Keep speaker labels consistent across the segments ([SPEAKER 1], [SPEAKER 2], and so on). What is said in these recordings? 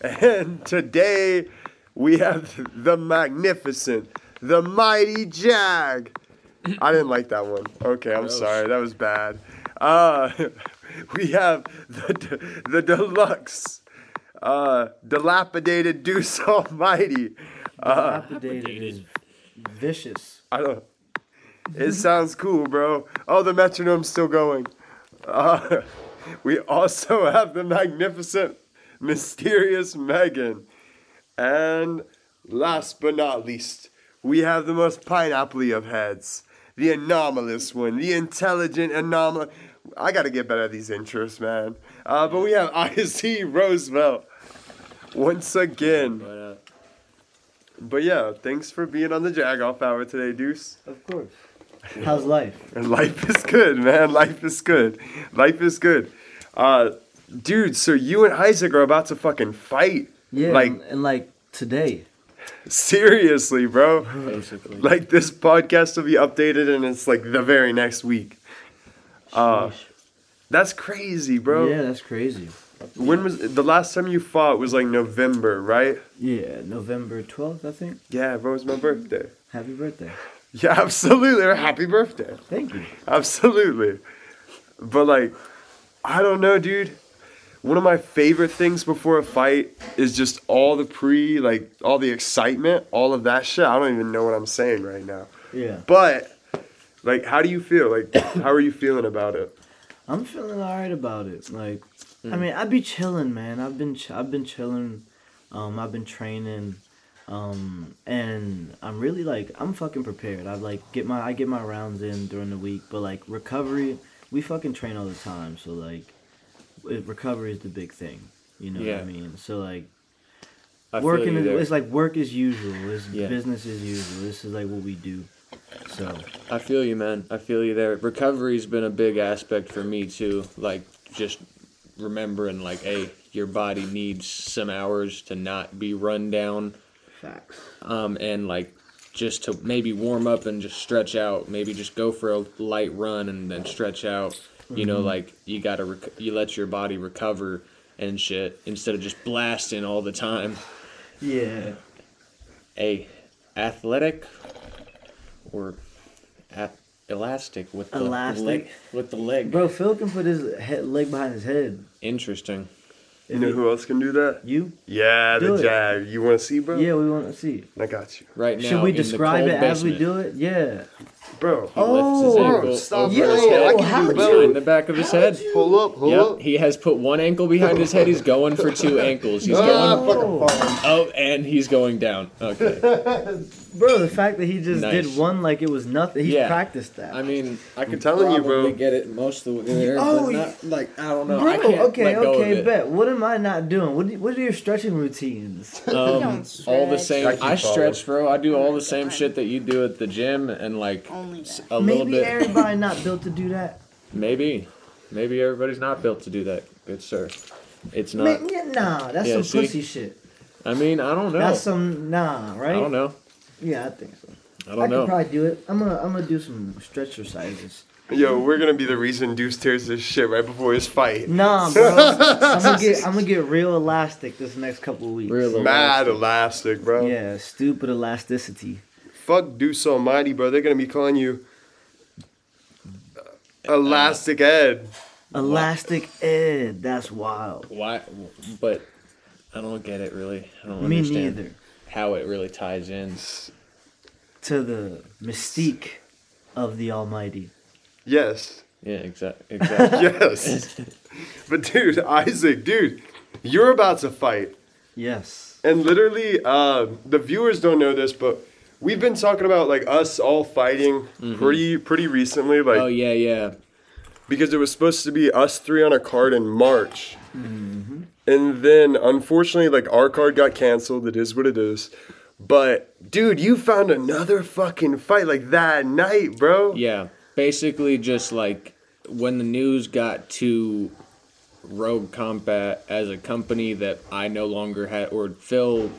[SPEAKER 1] And today we have the magnificent, the mighty Jag. I didn't like that one. Okay, I'm sorry. That was bad. Uh, we have the de- the deluxe, uh, dilapidated Deuce Almighty. Uh,
[SPEAKER 2] Dilapidated is vicious.
[SPEAKER 1] I don't. It sounds cool, bro. Oh, the metronome's still going. Uh, we also have the magnificent, mysterious Megan, and last but not least, we have the most pineapple of heads, the anomalous one, the intelligent anomalous. I gotta get better at these intros, man. Uh, but we have IC Roosevelt once again.
[SPEAKER 2] But uh,
[SPEAKER 1] But yeah, thanks for being on the Jag Off Hour today, Deuce.
[SPEAKER 2] of course. How's life?
[SPEAKER 1] And life is good, man. Life is good. Life is good. Uh, dude, so you and Isaac are about to fucking fight.
[SPEAKER 2] Yeah,
[SPEAKER 1] Like,
[SPEAKER 2] and, and like today,
[SPEAKER 1] seriously, bro.
[SPEAKER 2] basically.
[SPEAKER 1] Like, this podcast will be updated and it's like the very next week. uh,
[SPEAKER 2] Sheesh.
[SPEAKER 1] That's crazy, bro.
[SPEAKER 2] yeah, that's crazy.
[SPEAKER 1] When was the last time you fought was like November, right?
[SPEAKER 2] Yeah, November twelfth, I think.
[SPEAKER 1] Yeah, bro, it's my birthday.
[SPEAKER 2] Happy birthday.
[SPEAKER 1] Yeah, absolutely. Happy birthday.
[SPEAKER 2] Thank you.
[SPEAKER 1] Absolutely. But like, I don't know, dude. One of my favorite things before a fight is just all the pre, like all the excitement, all of that shit. I don't even know what I'm saying right now.
[SPEAKER 2] Yeah,
[SPEAKER 1] But like, how do you feel? Like, how are you feeling about it?
[SPEAKER 2] I'm feeling alright about it. Like,
[SPEAKER 3] Hmm.
[SPEAKER 2] I mean, I be chilling, man. I've been ch- I've been chilling. Um, I've been training. Um, and I'm really like I'm fucking prepared. I like get my I get my rounds in during the week, but like recovery, we fucking train all the time. So like, it, recovery is the big thing. You know what
[SPEAKER 3] Yeah.
[SPEAKER 2] I mean? So like,
[SPEAKER 3] I feel
[SPEAKER 2] working
[SPEAKER 3] you
[SPEAKER 2] is,
[SPEAKER 3] there.
[SPEAKER 2] it's like work as usual. It's
[SPEAKER 3] Yeah.
[SPEAKER 2] business as usual. This is like what we do. So
[SPEAKER 3] I feel you, man. I feel you there. Recovery's been a big aspect for me too. Like just remembering, like, hey, your body needs some hours to not be run down,
[SPEAKER 2] facts.
[SPEAKER 3] um, and like just to maybe warm up and just stretch out. Maybe just go for a light run and then stretch out. You know, like you gotta rec- you let your body recover and shit instead of just blasting all the time.
[SPEAKER 2] Yeah.
[SPEAKER 3] A athletic or at elastic with the
[SPEAKER 2] Elastic.
[SPEAKER 3] leg with the leg.
[SPEAKER 2] Bro, Phil can put his head, leg behind his head.
[SPEAKER 3] Interesting.
[SPEAKER 1] You know who else can do that?
[SPEAKER 2] You?
[SPEAKER 1] Yeah,
[SPEAKER 2] Do
[SPEAKER 1] the
[SPEAKER 2] it.
[SPEAKER 1] Jag. You want to see, bro?
[SPEAKER 2] Yeah, we want to see.
[SPEAKER 1] I got you,
[SPEAKER 3] Right now.
[SPEAKER 2] Should we
[SPEAKER 3] in the
[SPEAKER 2] describe
[SPEAKER 3] cold
[SPEAKER 2] it as we
[SPEAKER 3] basement,
[SPEAKER 2] do it? Yeah.
[SPEAKER 1] bro.
[SPEAKER 3] He lifts his
[SPEAKER 2] Oh,
[SPEAKER 3] ankle
[SPEAKER 1] stop
[SPEAKER 3] over
[SPEAKER 2] it.
[SPEAKER 3] his
[SPEAKER 2] Yo,
[SPEAKER 3] head
[SPEAKER 2] I can do
[SPEAKER 3] behind
[SPEAKER 2] both.
[SPEAKER 3] the back of his head.
[SPEAKER 1] Pull up, pull
[SPEAKER 3] Yep, he has put one ankle behind his head. He's going for two ankles. He's
[SPEAKER 1] Ah,
[SPEAKER 2] Oh.
[SPEAKER 3] going
[SPEAKER 1] fucking fall.
[SPEAKER 3] up and he's going down. Okay.
[SPEAKER 2] Bro, the fact that he just
[SPEAKER 3] Nice.
[SPEAKER 2] did one like it was nothing. He
[SPEAKER 3] Yeah.
[SPEAKER 2] practiced that.
[SPEAKER 3] I mean, I can
[SPEAKER 1] telling you, bro.
[SPEAKER 3] probably get it most of the way there,
[SPEAKER 2] Oh,
[SPEAKER 3] but
[SPEAKER 2] yeah.
[SPEAKER 3] not like I don't know. I
[SPEAKER 2] Bro,
[SPEAKER 3] can't
[SPEAKER 2] okay,
[SPEAKER 3] let go of
[SPEAKER 2] okay,
[SPEAKER 3] it.
[SPEAKER 2] bet. What am I not doing? What, do- what are your stretching routines?
[SPEAKER 3] Um,
[SPEAKER 4] Don't
[SPEAKER 3] all the
[SPEAKER 1] I
[SPEAKER 3] same.
[SPEAKER 1] keep
[SPEAKER 3] I stretch, bro. I do all the same
[SPEAKER 4] God.
[SPEAKER 3] shit that you do at the gym, and like
[SPEAKER 4] Only
[SPEAKER 3] s-
[SPEAKER 4] that.
[SPEAKER 3] a little
[SPEAKER 2] Maybe
[SPEAKER 3] bit.
[SPEAKER 2] everybody not built to do that.
[SPEAKER 3] Maybe, maybe everybody's not built to do that, good sir. It's not.
[SPEAKER 2] Man, yeah, nah, that's
[SPEAKER 3] Yeah,
[SPEAKER 2] some
[SPEAKER 3] see?
[SPEAKER 2] pussy shit.
[SPEAKER 3] I mean, I don't know.
[SPEAKER 2] That's some nah,
[SPEAKER 3] I
[SPEAKER 2] right?
[SPEAKER 3] don't know.
[SPEAKER 2] Yeah, I think so.
[SPEAKER 3] I
[SPEAKER 2] I,
[SPEAKER 3] don't
[SPEAKER 2] could
[SPEAKER 3] know.
[SPEAKER 2] probably do it. I'm gonna I'm gonna do some stretch exercises.
[SPEAKER 1] Yo, we're gonna be the reason Deuce tears his shit right before his fight.
[SPEAKER 2] Nah, bro. I'm gonna get I'm gonna get real elastic this next couple of weeks.
[SPEAKER 3] Real
[SPEAKER 1] Mad elastic, bro.
[SPEAKER 2] Yeah, stupid elasticity.
[SPEAKER 1] Fuck Deuce Almighty, bro. They're gonna be calling you Elastic Ed.
[SPEAKER 2] Elastic Ed, that's wild.
[SPEAKER 3] Why? But I don't get it really. I don't
[SPEAKER 2] Me
[SPEAKER 3] understand
[SPEAKER 2] neither.
[SPEAKER 3] how it really ties in.
[SPEAKER 2] To the mystique of the Almighty.
[SPEAKER 1] Yes,
[SPEAKER 3] Yeah, exactly. Exactly.
[SPEAKER 1] yes. but dude, Isaac, dude, you're about to fight,
[SPEAKER 2] Yes.
[SPEAKER 1] and literally, uh, the viewers don't know this, but we've been talking about like us all fighting pretty pretty recently, like
[SPEAKER 3] oh yeah, yeah.
[SPEAKER 1] because it was supposed to be us three on a card in March.
[SPEAKER 3] Mm-hmm.
[SPEAKER 1] And then unfortunately, like our card got canceled. It is what it is. But dude, you found another fucking fight like that night, bro.
[SPEAKER 3] Yeah, basically just like when the news got to Rogue Combat as a company that I no longer had, or Phil,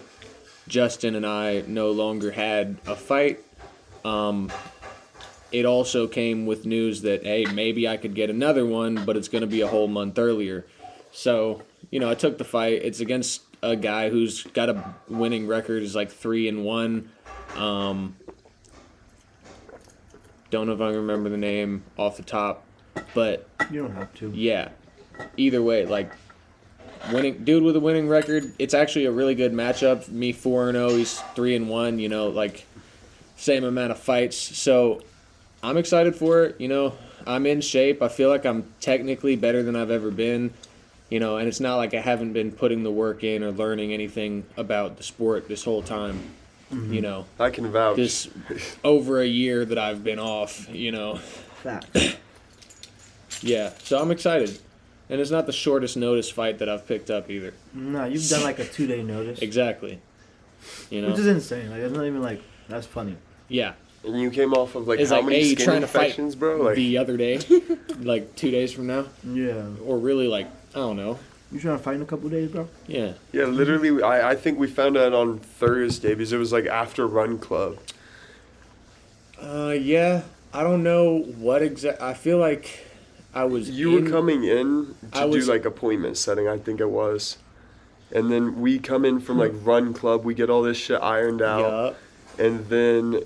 [SPEAKER 3] Justin, and I no longer had a fight. Um, it also came with news that hey, maybe I could get another one, but it's going to be a whole month earlier. So you know, I took the fight. It's against a guy who's got a winning record is like three and one. Um, don't know if I can remember the name off the top, but
[SPEAKER 2] You don't have to.
[SPEAKER 3] yeah. Either way, like winning dude with a winning record, it's actually a really good matchup. Me four and zero, he's three and one. You know, like same amount of fights. So I'm excited for it. You know, I'm in shape. I feel like I'm technically better than I've ever been. You know, and it's not like I haven't been putting the work in or learning anything about the sport this whole time. You know,
[SPEAKER 1] I can vouch.
[SPEAKER 3] this over a year that I've been off. You know.
[SPEAKER 2] Facts.
[SPEAKER 3] Yeah, so I'm excited. And it's not the shortest notice fight that I've picked up either.
[SPEAKER 2] No, you've done like a two day notice.
[SPEAKER 3] Exactly. You know?
[SPEAKER 2] Which is insane. Like, it's not even like, that's funny.
[SPEAKER 3] yeah.
[SPEAKER 1] and you came off of like
[SPEAKER 3] It's
[SPEAKER 1] how
[SPEAKER 3] like,
[SPEAKER 1] many
[SPEAKER 3] hey, you
[SPEAKER 1] skin
[SPEAKER 3] trying to fight
[SPEAKER 1] infections, bro? Like
[SPEAKER 3] the other day, like two days from now,
[SPEAKER 2] Yeah.
[SPEAKER 3] or really like, I don't know.
[SPEAKER 2] You trying to fight in a couple days, bro?
[SPEAKER 3] Yeah.
[SPEAKER 1] yeah, literally. I, I think we found out on Thursday because it was like after Run Club.
[SPEAKER 3] Uh, yeah. I don't know what exact. I feel like I was.
[SPEAKER 1] You were
[SPEAKER 3] in-
[SPEAKER 1] coming in
[SPEAKER 3] I
[SPEAKER 1] to do
[SPEAKER 3] was-
[SPEAKER 1] like appointment setting, I think it was. And then we come in from like run club, we get all this shit ironed out.
[SPEAKER 3] Hmm. Yup.
[SPEAKER 1] And then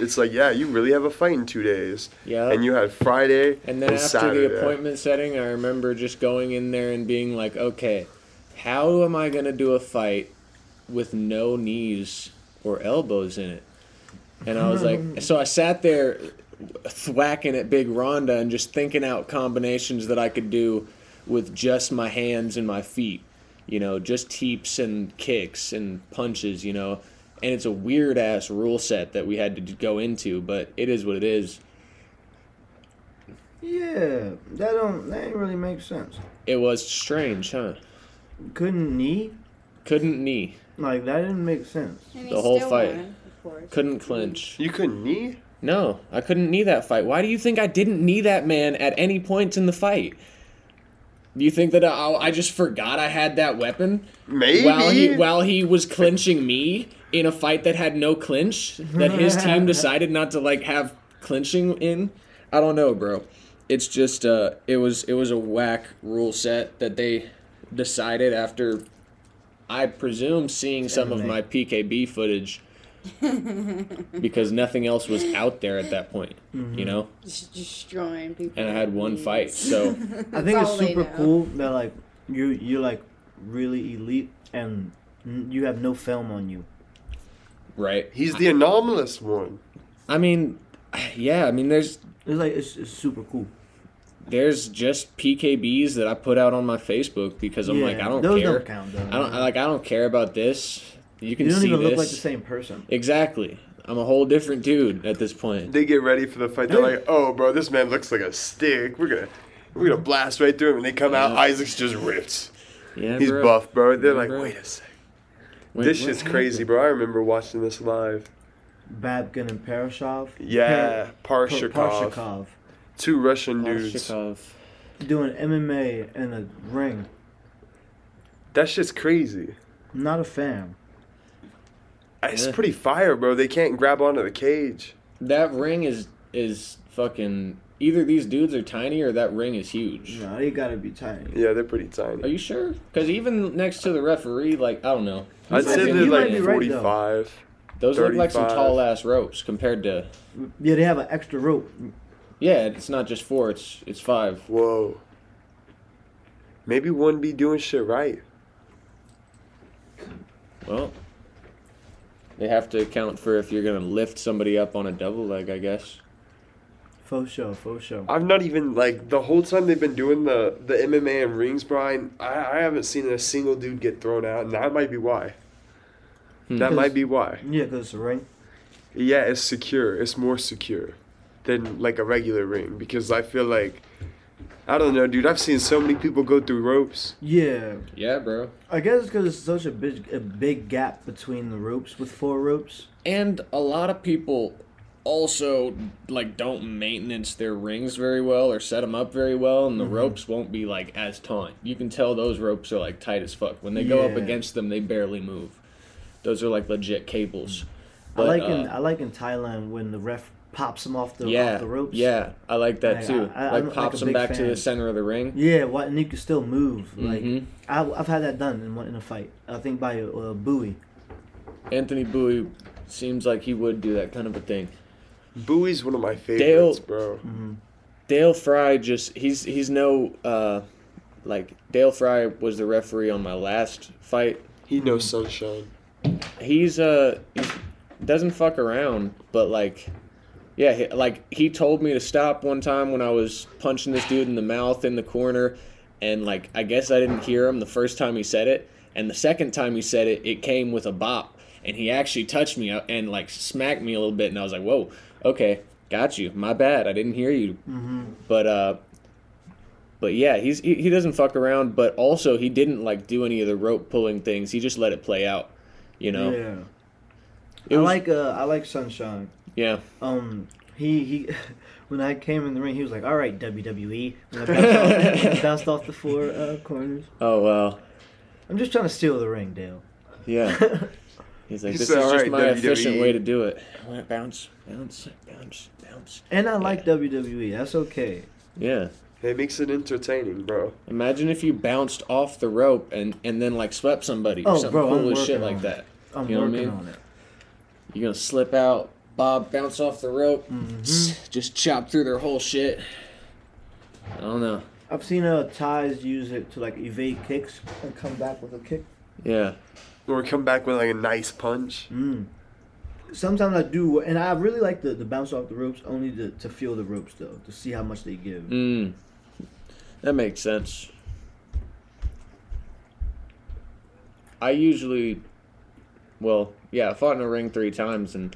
[SPEAKER 1] it's like, yeah, you really have a fight in two days.
[SPEAKER 3] Yup.
[SPEAKER 1] And you had Friday
[SPEAKER 3] And then after
[SPEAKER 1] Saturday.
[SPEAKER 3] the appointment setting, I remember just going in there and being like, okay, how am I going to do a fight with no knees or elbows in it? And I was like, so I sat there thwacking at Big Rhonda and just thinking out combinations that I could do with just my hands and my feet, you know, just heaps and kicks and punches, you know. And it's a weird ass rule set that we had to d- go into, but it is what it is.
[SPEAKER 2] Yeah. That don't, that ain't really make sense.
[SPEAKER 3] It was strange, huh?
[SPEAKER 2] Couldn't knee?
[SPEAKER 3] Couldn't knee.
[SPEAKER 2] Like, that didn't make sense.
[SPEAKER 4] And
[SPEAKER 3] The
[SPEAKER 4] he
[SPEAKER 3] whole
[SPEAKER 4] still
[SPEAKER 3] fight.
[SPEAKER 4] won, of course.
[SPEAKER 3] Couldn't clinch.
[SPEAKER 1] You couldn't knee?
[SPEAKER 3] No, I couldn't knee that fight. Why do you think I didn't knee that man at any point in the fight? Do you think that I, I just forgot I had that weapon
[SPEAKER 1] Maybe.
[SPEAKER 3] while he while he was clinching me in a fight that had no clinch that his team decided not to like have clinching in? I don't know, bro. It's just uh, it was it was a whack rule set that they decided after I presume seeing some of
[SPEAKER 2] MMA.
[SPEAKER 3] my PKB footage because nothing else was out there at that point,
[SPEAKER 2] Mm-hmm.
[SPEAKER 3] you know.
[SPEAKER 4] Just destroying people.
[SPEAKER 3] And I had one fight, so
[SPEAKER 2] I think it's
[SPEAKER 4] all they
[SPEAKER 2] super
[SPEAKER 4] know.
[SPEAKER 2] cool that like you you're like really elite and n- you have no film on you.
[SPEAKER 3] right.
[SPEAKER 1] He's the anomalous one.
[SPEAKER 3] I mean, yeah. I mean, there's
[SPEAKER 2] It's like it's, it's super cool.
[SPEAKER 3] there's just PKBs that I put out on my Facebook because I'm
[SPEAKER 2] Yeah,
[SPEAKER 3] like I don't
[SPEAKER 2] those
[SPEAKER 3] care.
[SPEAKER 2] don't count, though.
[SPEAKER 3] I don't I, like I don't care about this. You can
[SPEAKER 2] You don't
[SPEAKER 3] see
[SPEAKER 2] even
[SPEAKER 3] this.
[SPEAKER 2] look like the same person.
[SPEAKER 3] Exactly. I'm a whole different dude at this point.
[SPEAKER 1] They get ready for the fight. They're like, oh, bro, this man looks like a stick. We're gonna. We're gonna blast right through him, and they come out.
[SPEAKER 3] Yeah.
[SPEAKER 1] Isaac's just ripped.
[SPEAKER 3] Yeah,
[SPEAKER 1] He's
[SPEAKER 3] bro.
[SPEAKER 1] buff, bro. They're like,
[SPEAKER 3] bro.
[SPEAKER 1] wait a sec.
[SPEAKER 3] Wait,
[SPEAKER 1] this
[SPEAKER 3] what
[SPEAKER 1] shit's
[SPEAKER 3] happened?
[SPEAKER 1] crazy, bro. I remember watching this live.
[SPEAKER 2] Babkin and Parashov.
[SPEAKER 1] Yeah,
[SPEAKER 2] Pa-
[SPEAKER 1] Parshikov.
[SPEAKER 2] Parshikov
[SPEAKER 1] Two Russian
[SPEAKER 3] Oh,
[SPEAKER 1] dudes.
[SPEAKER 3] Koshikov.
[SPEAKER 2] doing MMA in a ring.
[SPEAKER 1] That shit's crazy. Uh,
[SPEAKER 2] Not a fan.
[SPEAKER 1] It's
[SPEAKER 3] Yeah.
[SPEAKER 1] pretty fire, bro. They can't grab onto the cage.
[SPEAKER 3] That ring is is fucking. Either these dudes are tiny or that ring is huge.
[SPEAKER 2] No, they gotta be tiny.
[SPEAKER 1] Yeah, they're pretty
[SPEAKER 3] Are
[SPEAKER 1] tiny.
[SPEAKER 3] you sure? Because even next to the referee, like I don't know.
[SPEAKER 1] I'd
[SPEAKER 2] might
[SPEAKER 1] say
[SPEAKER 2] be-
[SPEAKER 1] they're
[SPEAKER 2] you might
[SPEAKER 1] like
[SPEAKER 2] be right, though.
[SPEAKER 1] 45.
[SPEAKER 3] Those look like some
[SPEAKER 1] 35.
[SPEAKER 3] tall ass ropes compared to.
[SPEAKER 2] Yeah, they have an extra rope.
[SPEAKER 3] Yeah, it's not just four. It's it's five.
[SPEAKER 1] Whoa. Maybe one be doing shit right.
[SPEAKER 3] Well, they have to account for if you're gonna lift somebody up on a double leg, I guess.
[SPEAKER 2] Faux show, faux show.
[SPEAKER 1] I've not even like the whole time they've been doing the the MMA and rings, Brian. I, I haven't seen a single dude get thrown out, and that might be why. That might be why.
[SPEAKER 2] Yeah, cause it's a ring.
[SPEAKER 1] Yeah, it's secure. It's more secure than like a regular ring because I feel like I don't know, dude. I've seen so many people go through ropes.
[SPEAKER 2] Yeah,
[SPEAKER 3] Yeah, bro.
[SPEAKER 2] I guess it's cause it's such a big a big gap between the ropes with four ropes.
[SPEAKER 3] And a lot of people also like don't maintenance their rings very well or set them up very well, and the
[SPEAKER 2] Mm-hmm.
[SPEAKER 3] ropes won't be like as taut. You can tell those ropes are like tight as fuck. When they go up
[SPEAKER 2] Yeah.
[SPEAKER 3] against them, they barely move. Those are like legit cables.
[SPEAKER 2] Mm. I
[SPEAKER 3] But,
[SPEAKER 2] like
[SPEAKER 3] uh,
[SPEAKER 2] in I like in Thailand when the ref pops him off the
[SPEAKER 3] yeah,
[SPEAKER 2] off the ropes.
[SPEAKER 3] yeah, I like that
[SPEAKER 2] Like,
[SPEAKER 3] too.
[SPEAKER 2] I- I- I'm
[SPEAKER 3] like
[SPEAKER 2] like
[SPEAKER 3] pops
[SPEAKER 2] a
[SPEAKER 3] him
[SPEAKER 2] big
[SPEAKER 3] back to
[SPEAKER 2] fan.
[SPEAKER 3] the center of the ring.
[SPEAKER 2] Yeah, what, and you can still move. Like
[SPEAKER 3] Mhm.
[SPEAKER 2] I, I've had that done in one in a fight. I think by uh, Bowie.
[SPEAKER 3] Anthony Bowie seems like he would do that kind of a thing.
[SPEAKER 1] Bowie's one of my favorites, bro.
[SPEAKER 3] Dale Fry just he's he's no uh like Dale Fry was the referee on my last fight.
[SPEAKER 1] He knows sunshine.
[SPEAKER 3] He's uh he's, doesn't fuck around, but like yeah, he, like he told me to stop one time when I was punching this dude in the mouth in the corner and like I guess I didn't hear him the first time he said it and the second time he said it it came with a bop and he actually touched me uh, and like smacked me a little bit and I was like, "Whoa. Okay, got you. My bad. I didn't hear you." But uh but yeah, he's he, he doesn't fuck around, but also he didn't like do any of the rope pulling things. He just let it play out, you know.
[SPEAKER 2] Yeah.
[SPEAKER 3] It
[SPEAKER 2] I
[SPEAKER 3] was-
[SPEAKER 2] like uh, I like Sunshine.
[SPEAKER 3] yeah.
[SPEAKER 2] Um, he he, when I came in the ring, he was like, "All right, WWE." E." When I bounced off, bounced off the four uh, corners.
[SPEAKER 3] Oh well.
[SPEAKER 2] I'm just trying to steal the ring, Dale.
[SPEAKER 3] Yeah. He's like,
[SPEAKER 1] You
[SPEAKER 3] this
[SPEAKER 1] said,
[SPEAKER 3] is
[SPEAKER 1] "All
[SPEAKER 3] just
[SPEAKER 1] right,
[SPEAKER 3] my
[SPEAKER 2] E."
[SPEAKER 3] efficient
[SPEAKER 1] WWE."
[SPEAKER 3] way to do it. I went bounce, bounce, bounce, bounce.
[SPEAKER 2] And I like WWE. That's okay.
[SPEAKER 3] Yeah.
[SPEAKER 1] It makes it entertaining, bro.
[SPEAKER 3] Imagine if you bounced off the rope and, and then like swept somebody or
[SPEAKER 2] Oh,
[SPEAKER 3] something
[SPEAKER 2] bro, I'm
[SPEAKER 3] cool as shit
[SPEAKER 2] working
[SPEAKER 3] like
[SPEAKER 2] on
[SPEAKER 3] that.
[SPEAKER 2] I'm
[SPEAKER 3] You know what I
[SPEAKER 2] working
[SPEAKER 3] mean?
[SPEAKER 2] on it.
[SPEAKER 3] You're gonna slip out, Bob, bounce off the rope,
[SPEAKER 2] Mm-hmm.
[SPEAKER 3] just chop through their whole shit. I don't know.
[SPEAKER 2] I've seen uh, Ties use it to like evade kicks and come back with a kick.
[SPEAKER 3] Yeah.
[SPEAKER 1] Or come back with like a nice punch.
[SPEAKER 2] Mm. Sometimes I do, and I really like the, the bounce off the ropes only to, to feel the ropes though, to see how much they give.
[SPEAKER 3] Mm. That makes sense. I usually, well, yeah, I fought in a ring three times, and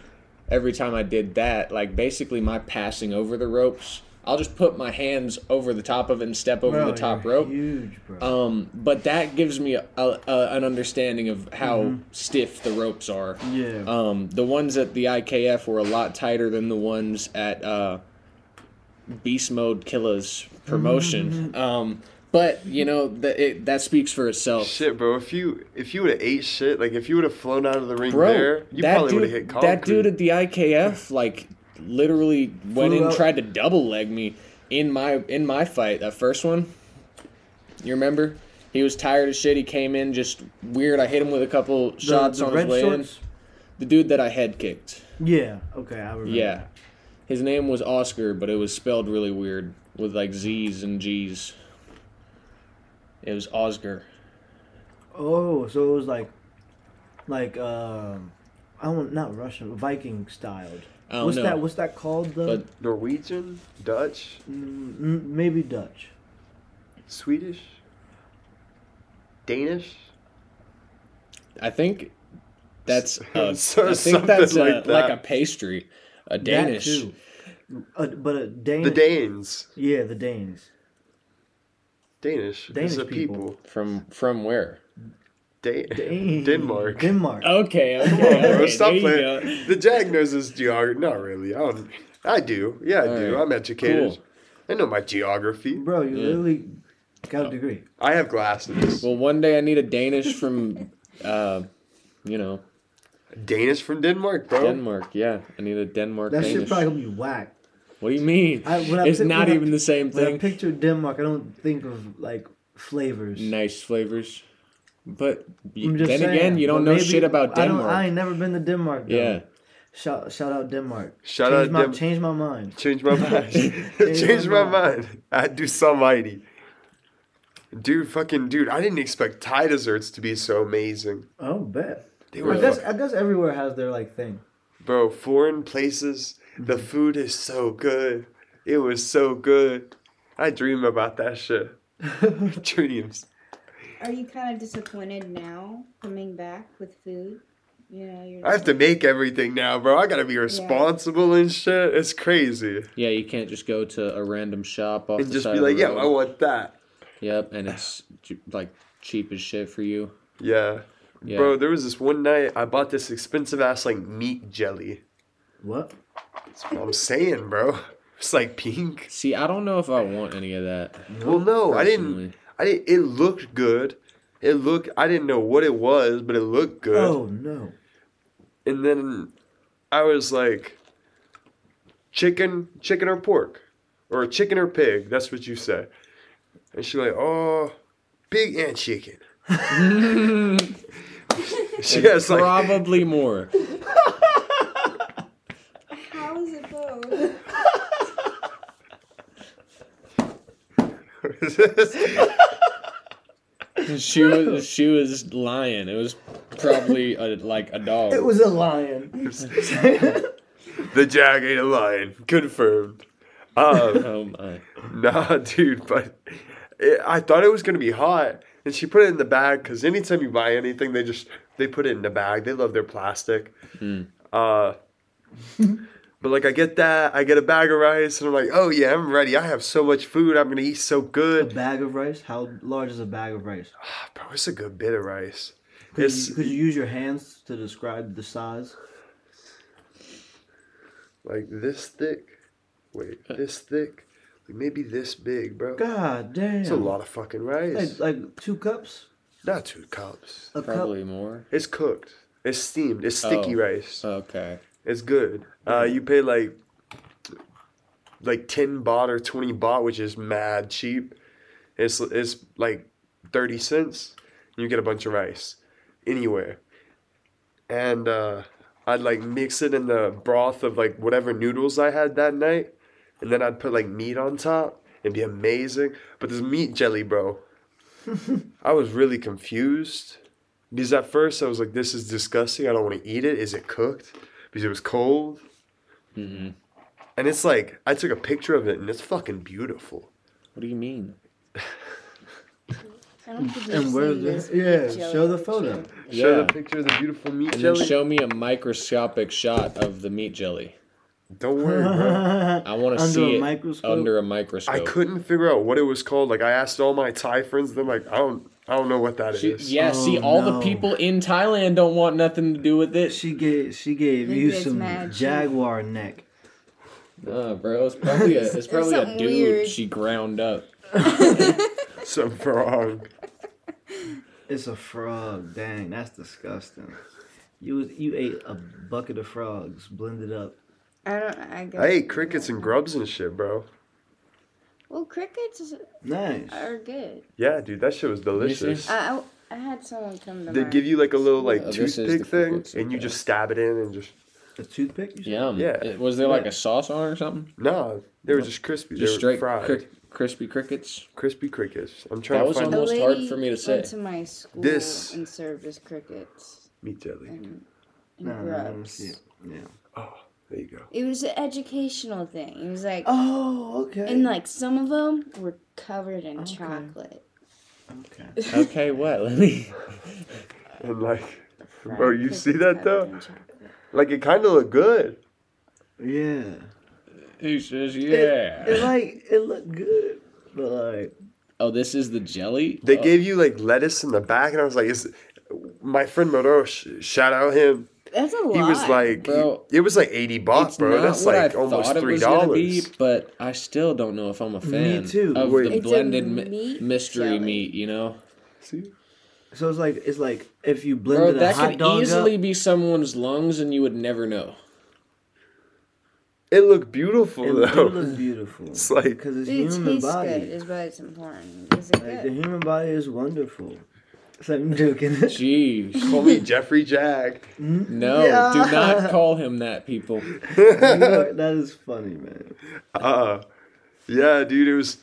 [SPEAKER 3] every time I did that, like basically my passing over the ropes, I'll just put my hands over the top of it and step over
[SPEAKER 2] Bro,
[SPEAKER 3] the top
[SPEAKER 2] you're
[SPEAKER 3] rope.
[SPEAKER 2] Huge, bro.
[SPEAKER 3] Um, but that gives me a, a, an understanding of how stiff the ropes are.
[SPEAKER 2] yeah.
[SPEAKER 3] Um, the ones at the IKF were a lot tighter than the ones at uh, Beast Mode Killa's promotion. um, but you know that it, that speaks for itself.
[SPEAKER 1] Shit, bro. If you if you would have ate shit, like if you would have flown out of the ring
[SPEAKER 3] Bro,
[SPEAKER 1] there, you
[SPEAKER 3] that
[SPEAKER 1] probably would
[SPEAKER 3] dude,
[SPEAKER 1] have hit concrete.
[SPEAKER 3] that dude at the IKF like literally went
[SPEAKER 2] Flew
[SPEAKER 3] in and
[SPEAKER 2] out.
[SPEAKER 3] tried to double leg me in my in my fight that first one. You remember? He was tired as shit. He came in just weird. I hit him with a couple
[SPEAKER 2] The-
[SPEAKER 3] shots
[SPEAKER 2] the
[SPEAKER 3] on his way in. The dude that I head kicked.
[SPEAKER 2] Yeah. Okay, I remember.
[SPEAKER 3] Yeah.
[SPEAKER 2] that.
[SPEAKER 3] His name was Oscar, but it was spelled really weird with like Z's and G's. It was Oscar.
[SPEAKER 2] Oh, so it was like, like um, I don't not Russian Viking styled.
[SPEAKER 3] I don't
[SPEAKER 2] what's
[SPEAKER 3] know.
[SPEAKER 2] that? What's that called? The
[SPEAKER 3] But-
[SPEAKER 1] Norwegian, Dutch,
[SPEAKER 2] Mm, mm, maybe Dutch.
[SPEAKER 1] Swedish, Danish.
[SPEAKER 3] I think that's a,
[SPEAKER 1] So
[SPEAKER 3] I think that's a,
[SPEAKER 1] something
[SPEAKER 3] like,
[SPEAKER 1] like that.
[SPEAKER 3] a pastry, a
[SPEAKER 2] That
[SPEAKER 3] Danish.
[SPEAKER 2] too. Uh, but a Danish.
[SPEAKER 1] The Danes.
[SPEAKER 2] Yeah, the Danes.
[SPEAKER 1] Danish.
[SPEAKER 2] Danish
[SPEAKER 1] is a
[SPEAKER 2] people.
[SPEAKER 1] people.
[SPEAKER 3] From from where?
[SPEAKER 1] Da-
[SPEAKER 2] Dang.
[SPEAKER 1] Denmark.
[SPEAKER 2] Denmark.
[SPEAKER 3] Okay, okay.
[SPEAKER 1] Come on, bro.
[SPEAKER 3] okay,
[SPEAKER 1] Stop
[SPEAKER 3] there you go.
[SPEAKER 1] playing. The Jag knows his geography. Not really. I, don't, I do. Yeah, I do.
[SPEAKER 3] right.
[SPEAKER 1] I'm educated. I know my geography.
[SPEAKER 2] Bro, you
[SPEAKER 3] Yeah.
[SPEAKER 2] literally got a degree.
[SPEAKER 1] I have glasses.
[SPEAKER 3] Well, one day I need a Danish from, uh, you know,
[SPEAKER 1] Danish from Denmark, bro.
[SPEAKER 3] Denmark. Yeah, I need a Denmark
[SPEAKER 2] That
[SPEAKER 3] Danish.
[SPEAKER 2] shit probably gonna be whack.
[SPEAKER 3] What do you mean?
[SPEAKER 2] I- when I
[SPEAKER 3] it's
[SPEAKER 2] pic-
[SPEAKER 3] not
[SPEAKER 2] when I-
[SPEAKER 3] even the same
[SPEAKER 2] When I
[SPEAKER 3] thing.
[SPEAKER 2] picture Denmark, I don't think of like flavors.
[SPEAKER 3] nice flavors. But y-
[SPEAKER 2] I'm
[SPEAKER 3] then
[SPEAKER 2] just saying,
[SPEAKER 3] again, you don't
[SPEAKER 2] but
[SPEAKER 3] know
[SPEAKER 2] maybe-
[SPEAKER 3] shit about
[SPEAKER 2] I don't-
[SPEAKER 3] Denmark.
[SPEAKER 2] I, ain't never been to Denmark. Though.
[SPEAKER 3] yeah.
[SPEAKER 2] Shout shout out Denmark.
[SPEAKER 1] Shout
[SPEAKER 2] change
[SPEAKER 1] out
[SPEAKER 2] my,
[SPEAKER 1] Dem-
[SPEAKER 2] Change my mind.
[SPEAKER 1] Change my mind. Change my mind. I do some mighty. Dude, fucking dude, I didn't expect Thai desserts to be so amazing.
[SPEAKER 2] Oh, bet.
[SPEAKER 1] They were
[SPEAKER 2] I guess I guess everywhere has their like thing.
[SPEAKER 1] Bro, foreign places, the
[SPEAKER 3] Mm-hmm.
[SPEAKER 1] food is so good. It was so good. I dream about that shit. Dreams.
[SPEAKER 4] Are you kind of disappointed now coming back with food? You know, you're.
[SPEAKER 1] I have to make everything now, bro. I gotta be responsible and shit. It's crazy.
[SPEAKER 3] Yeah, you can't just go to a random shop off
[SPEAKER 1] And
[SPEAKER 3] the
[SPEAKER 1] just
[SPEAKER 3] side
[SPEAKER 1] be
[SPEAKER 3] of
[SPEAKER 1] like,
[SPEAKER 3] the
[SPEAKER 1] yeah,
[SPEAKER 3] road.
[SPEAKER 1] I want that.
[SPEAKER 3] Yep, and it's j- like cheap as shit for you.
[SPEAKER 1] Yeah.
[SPEAKER 3] Yeah.
[SPEAKER 1] Bro, there was this one night I bought this expensive ass like meat jelly.
[SPEAKER 2] What?
[SPEAKER 1] That's what I'm saying, bro. It's like pink.
[SPEAKER 3] See, I don't know if I want any of that.
[SPEAKER 1] Well, no, Oh, I
[SPEAKER 3] personally.
[SPEAKER 1] didn't. I didn't. It looked good. It looked. I didn't know what it was, but it looked good.
[SPEAKER 2] Oh no.
[SPEAKER 1] And then I was like, chicken, chicken or pork, or chicken or pig. That's what you say. And she like, oh, pig and chicken. she has like,
[SPEAKER 3] Probably more.
[SPEAKER 4] How is it both?
[SPEAKER 3] She was she was lying. It was probably a, like a dog.
[SPEAKER 2] It was a lion.
[SPEAKER 1] the jag ate a lion. Confirmed. Um,
[SPEAKER 3] oh my.
[SPEAKER 1] Nah, dude, but it, I thought it was gonna be hot, and she put it in the bag because anytime you buy anything, they just they put it in the bag. They love their plastic.
[SPEAKER 2] Hmm.
[SPEAKER 1] Uh, but like, I get that. I get a bag of rice, and I'm like, oh yeah, I'm ready. I have so much food. I'm gonna eat so
[SPEAKER 2] A
[SPEAKER 1] good.
[SPEAKER 2] bag of rice. How large is a bag of rice?
[SPEAKER 1] Bro, it's a good bit of rice.
[SPEAKER 2] Could
[SPEAKER 1] It's
[SPEAKER 2] you, could you use your hands to describe the size?
[SPEAKER 1] like this thick. Wait, this thick. Like maybe this big, bro.
[SPEAKER 2] Uh. God damn.
[SPEAKER 1] It's a lot of fucking rice.
[SPEAKER 2] Like, like two cups.
[SPEAKER 1] Not two cups.
[SPEAKER 2] A cup.
[SPEAKER 3] Probably more.
[SPEAKER 1] It's cooked. It's steamed. It's sticky
[SPEAKER 3] Oh.
[SPEAKER 1] rice.
[SPEAKER 3] Okay.
[SPEAKER 1] It's good. Uh, you pay like like ten baht or twenty baht, which is mad cheap. It's it's like thirty cents. You get a bunch of rice anywhere, and uh, I'd like mix it in the broth of like whatever noodles I had that night, and then I'd put like meat on top. It'd be amazing. But this meat jelly, bro, I was really confused. Because at first I was like, this is disgusting. I don't want to eat it. Is it cooked? Because it was cold.
[SPEAKER 3] Mm-hmm.
[SPEAKER 1] And it's like, I took a picture of it and it's fucking beautiful.
[SPEAKER 3] What do you mean?
[SPEAKER 4] I don't think
[SPEAKER 2] And
[SPEAKER 4] we've
[SPEAKER 2] where
[SPEAKER 4] seen
[SPEAKER 2] is
[SPEAKER 4] this.
[SPEAKER 2] it? Yeah,
[SPEAKER 4] jelly
[SPEAKER 2] show the
[SPEAKER 4] picture.
[SPEAKER 2] photo.
[SPEAKER 1] Show
[SPEAKER 3] Yeah.
[SPEAKER 1] the picture of the beautiful meat
[SPEAKER 3] And then
[SPEAKER 1] jelly.
[SPEAKER 3] show me a microscopic shot of the meat jelly.
[SPEAKER 1] don't worry, bro.
[SPEAKER 3] I want to
[SPEAKER 2] Under
[SPEAKER 3] see
[SPEAKER 2] a
[SPEAKER 3] it
[SPEAKER 2] microscope?
[SPEAKER 3] under a
[SPEAKER 1] I
[SPEAKER 3] microscope.
[SPEAKER 1] couldn't figure out what it was called. Like I asked all my Thai friends, they're like, I don't I don't know what that is.
[SPEAKER 3] She- yeah, see,
[SPEAKER 2] Oh,
[SPEAKER 3] all
[SPEAKER 2] no.
[SPEAKER 3] the people in Thailand don't want nothing to do with it.
[SPEAKER 2] She gave she gave
[SPEAKER 4] Maybe
[SPEAKER 2] you
[SPEAKER 4] it's
[SPEAKER 2] some
[SPEAKER 4] mad cheap.
[SPEAKER 2] jaguar neck.
[SPEAKER 3] Nah, bro, it's probably a, it's probably a
[SPEAKER 4] something
[SPEAKER 3] dude
[SPEAKER 4] weird.
[SPEAKER 3] she ground up.
[SPEAKER 1] Some frog.
[SPEAKER 2] It's a frog. Dang, that's disgusting. You was- you ate a bucket of frogs blended up.
[SPEAKER 4] I don't. I guess.
[SPEAKER 1] I ate crickets and grubs and shit, bro.
[SPEAKER 4] Well, crickets is-
[SPEAKER 2] Nice.
[SPEAKER 4] are good.
[SPEAKER 1] Yeah, dude, that shit was delicious.
[SPEAKER 4] I, I I had someone come to
[SPEAKER 1] They
[SPEAKER 4] my-
[SPEAKER 1] give you like a little like
[SPEAKER 3] Oh, this is the
[SPEAKER 1] toothpick thing,
[SPEAKER 3] crickets,
[SPEAKER 1] and you
[SPEAKER 3] okay.
[SPEAKER 1] just stab it in and just
[SPEAKER 2] A toothpick? you said?
[SPEAKER 3] Yum.
[SPEAKER 1] Yeah.
[SPEAKER 3] It- was there like
[SPEAKER 1] Yeah.
[SPEAKER 3] a sauce on it or something?
[SPEAKER 1] No, they were just crispy.
[SPEAKER 3] Just
[SPEAKER 1] they
[SPEAKER 3] straight
[SPEAKER 1] were fried.
[SPEAKER 3] cri- crispy crickets.
[SPEAKER 1] crispy crickets. I'm
[SPEAKER 3] That
[SPEAKER 1] trying to
[SPEAKER 3] was
[SPEAKER 1] find
[SPEAKER 4] A
[SPEAKER 3] almost- It's hard
[SPEAKER 4] lady
[SPEAKER 3] for me to
[SPEAKER 4] Went
[SPEAKER 3] say.
[SPEAKER 4] to my school
[SPEAKER 1] This-
[SPEAKER 4] and served us crickets
[SPEAKER 1] meat jelly.
[SPEAKER 4] and, and
[SPEAKER 2] No, no, no, let me
[SPEAKER 4] grubs.
[SPEAKER 2] see it. Yeah.
[SPEAKER 1] There you go.
[SPEAKER 4] It was an educational thing. It was like,
[SPEAKER 2] Oh, okay.
[SPEAKER 4] and like some of them were covered in
[SPEAKER 2] Okay.
[SPEAKER 4] chocolate.
[SPEAKER 2] okay.
[SPEAKER 3] Okay, what? Let me.
[SPEAKER 1] And like,
[SPEAKER 4] Fried
[SPEAKER 3] Oh,
[SPEAKER 1] Bro, you
[SPEAKER 4] crickets
[SPEAKER 1] see that,
[SPEAKER 4] covered
[SPEAKER 1] though?
[SPEAKER 4] in chocolate.
[SPEAKER 1] like it kind of looked good.
[SPEAKER 2] Yeah.
[SPEAKER 3] He says,
[SPEAKER 2] It, it
[SPEAKER 3] yeah.
[SPEAKER 2] like it looked good, but like
[SPEAKER 3] Oh, this is the jelly.
[SPEAKER 1] They
[SPEAKER 3] Oh,
[SPEAKER 1] gave you like lettuce in the back, and I was like, "Is my friend Moro? sh- Shout out him.
[SPEAKER 4] That's a lot.
[SPEAKER 1] He was like,
[SPEAKER 3] Bro.
[SPEAKER 1] it was like eighty baht,
[SPEAKER 3] It's
[SPEAKER 1] bro.
[SPEAKER 3] not
[SPEAKER 1] That's
[SPEAKER 3] what
[SPEAKER 1] like
[SPEAKER 3] I
[SPEAKER 1] almost
[SPEAKER 3] thought it
[SPEAKER 1] three
[SPEAKER 3] was gonna be,
[SPEAKER 1] dollars.
[SPEAKER 3] But I still don't know if I'm a fan
[SPEAKER 2] too.
[SPEAKER 3] of
[SPEAKER 1] Wait.
[SPEAKER 3] the
[SPEAKER 4] It's a
[SPEAKER 3] blended mi-
[SPEAKER 4] meat
[SPEAKER 3] mystery
[SPEAKER 4] jelly.
[SPEAKER 3] meat. You know,
[SPEAKER 1] See,
[SPEAKER 2] so it's like it's like if you
[SPEAKER 3] bro,
[SPEAKER 2] blended a
[SPEAKER 3] that
[SPEAKER 2] hot
[SPEAKER 3] could
[SPEAKER 2] dog
[SPEAKER 3] easily
[SPEAKER 2] up.
[SPEAKER 3] be someone's lungs, and you would never know.
[SPEAKER 1] it looked beautiful
[SPEAKER 2] It
[SPEAKER 1] though.
[SPEAKER 2] would look beautiful. It's
[SPEAKER 1] like-
[SPEAKER 2] because it's
[SPEAKER 4] it
[SPEAKER 2] human
[SPEAKER 4] tastes
[SPEAKER 2] body.
[SPEAKER 4] good. Is what's important. Is it
[SPEAKER 2] Like the
[SPEAKER 4] good?
[SPEAKER 2] human body is wonderful. So I'm joking.
[SPEAKER 3] Jeez,
[SPEAKER 1] Call me Jeffrey Jag.
[SPEAKER 3] no, do not call him that, people.
[SPEAKER 2] that is funny, man.
[SPEAKER 1] Uh, yeah, dude, it was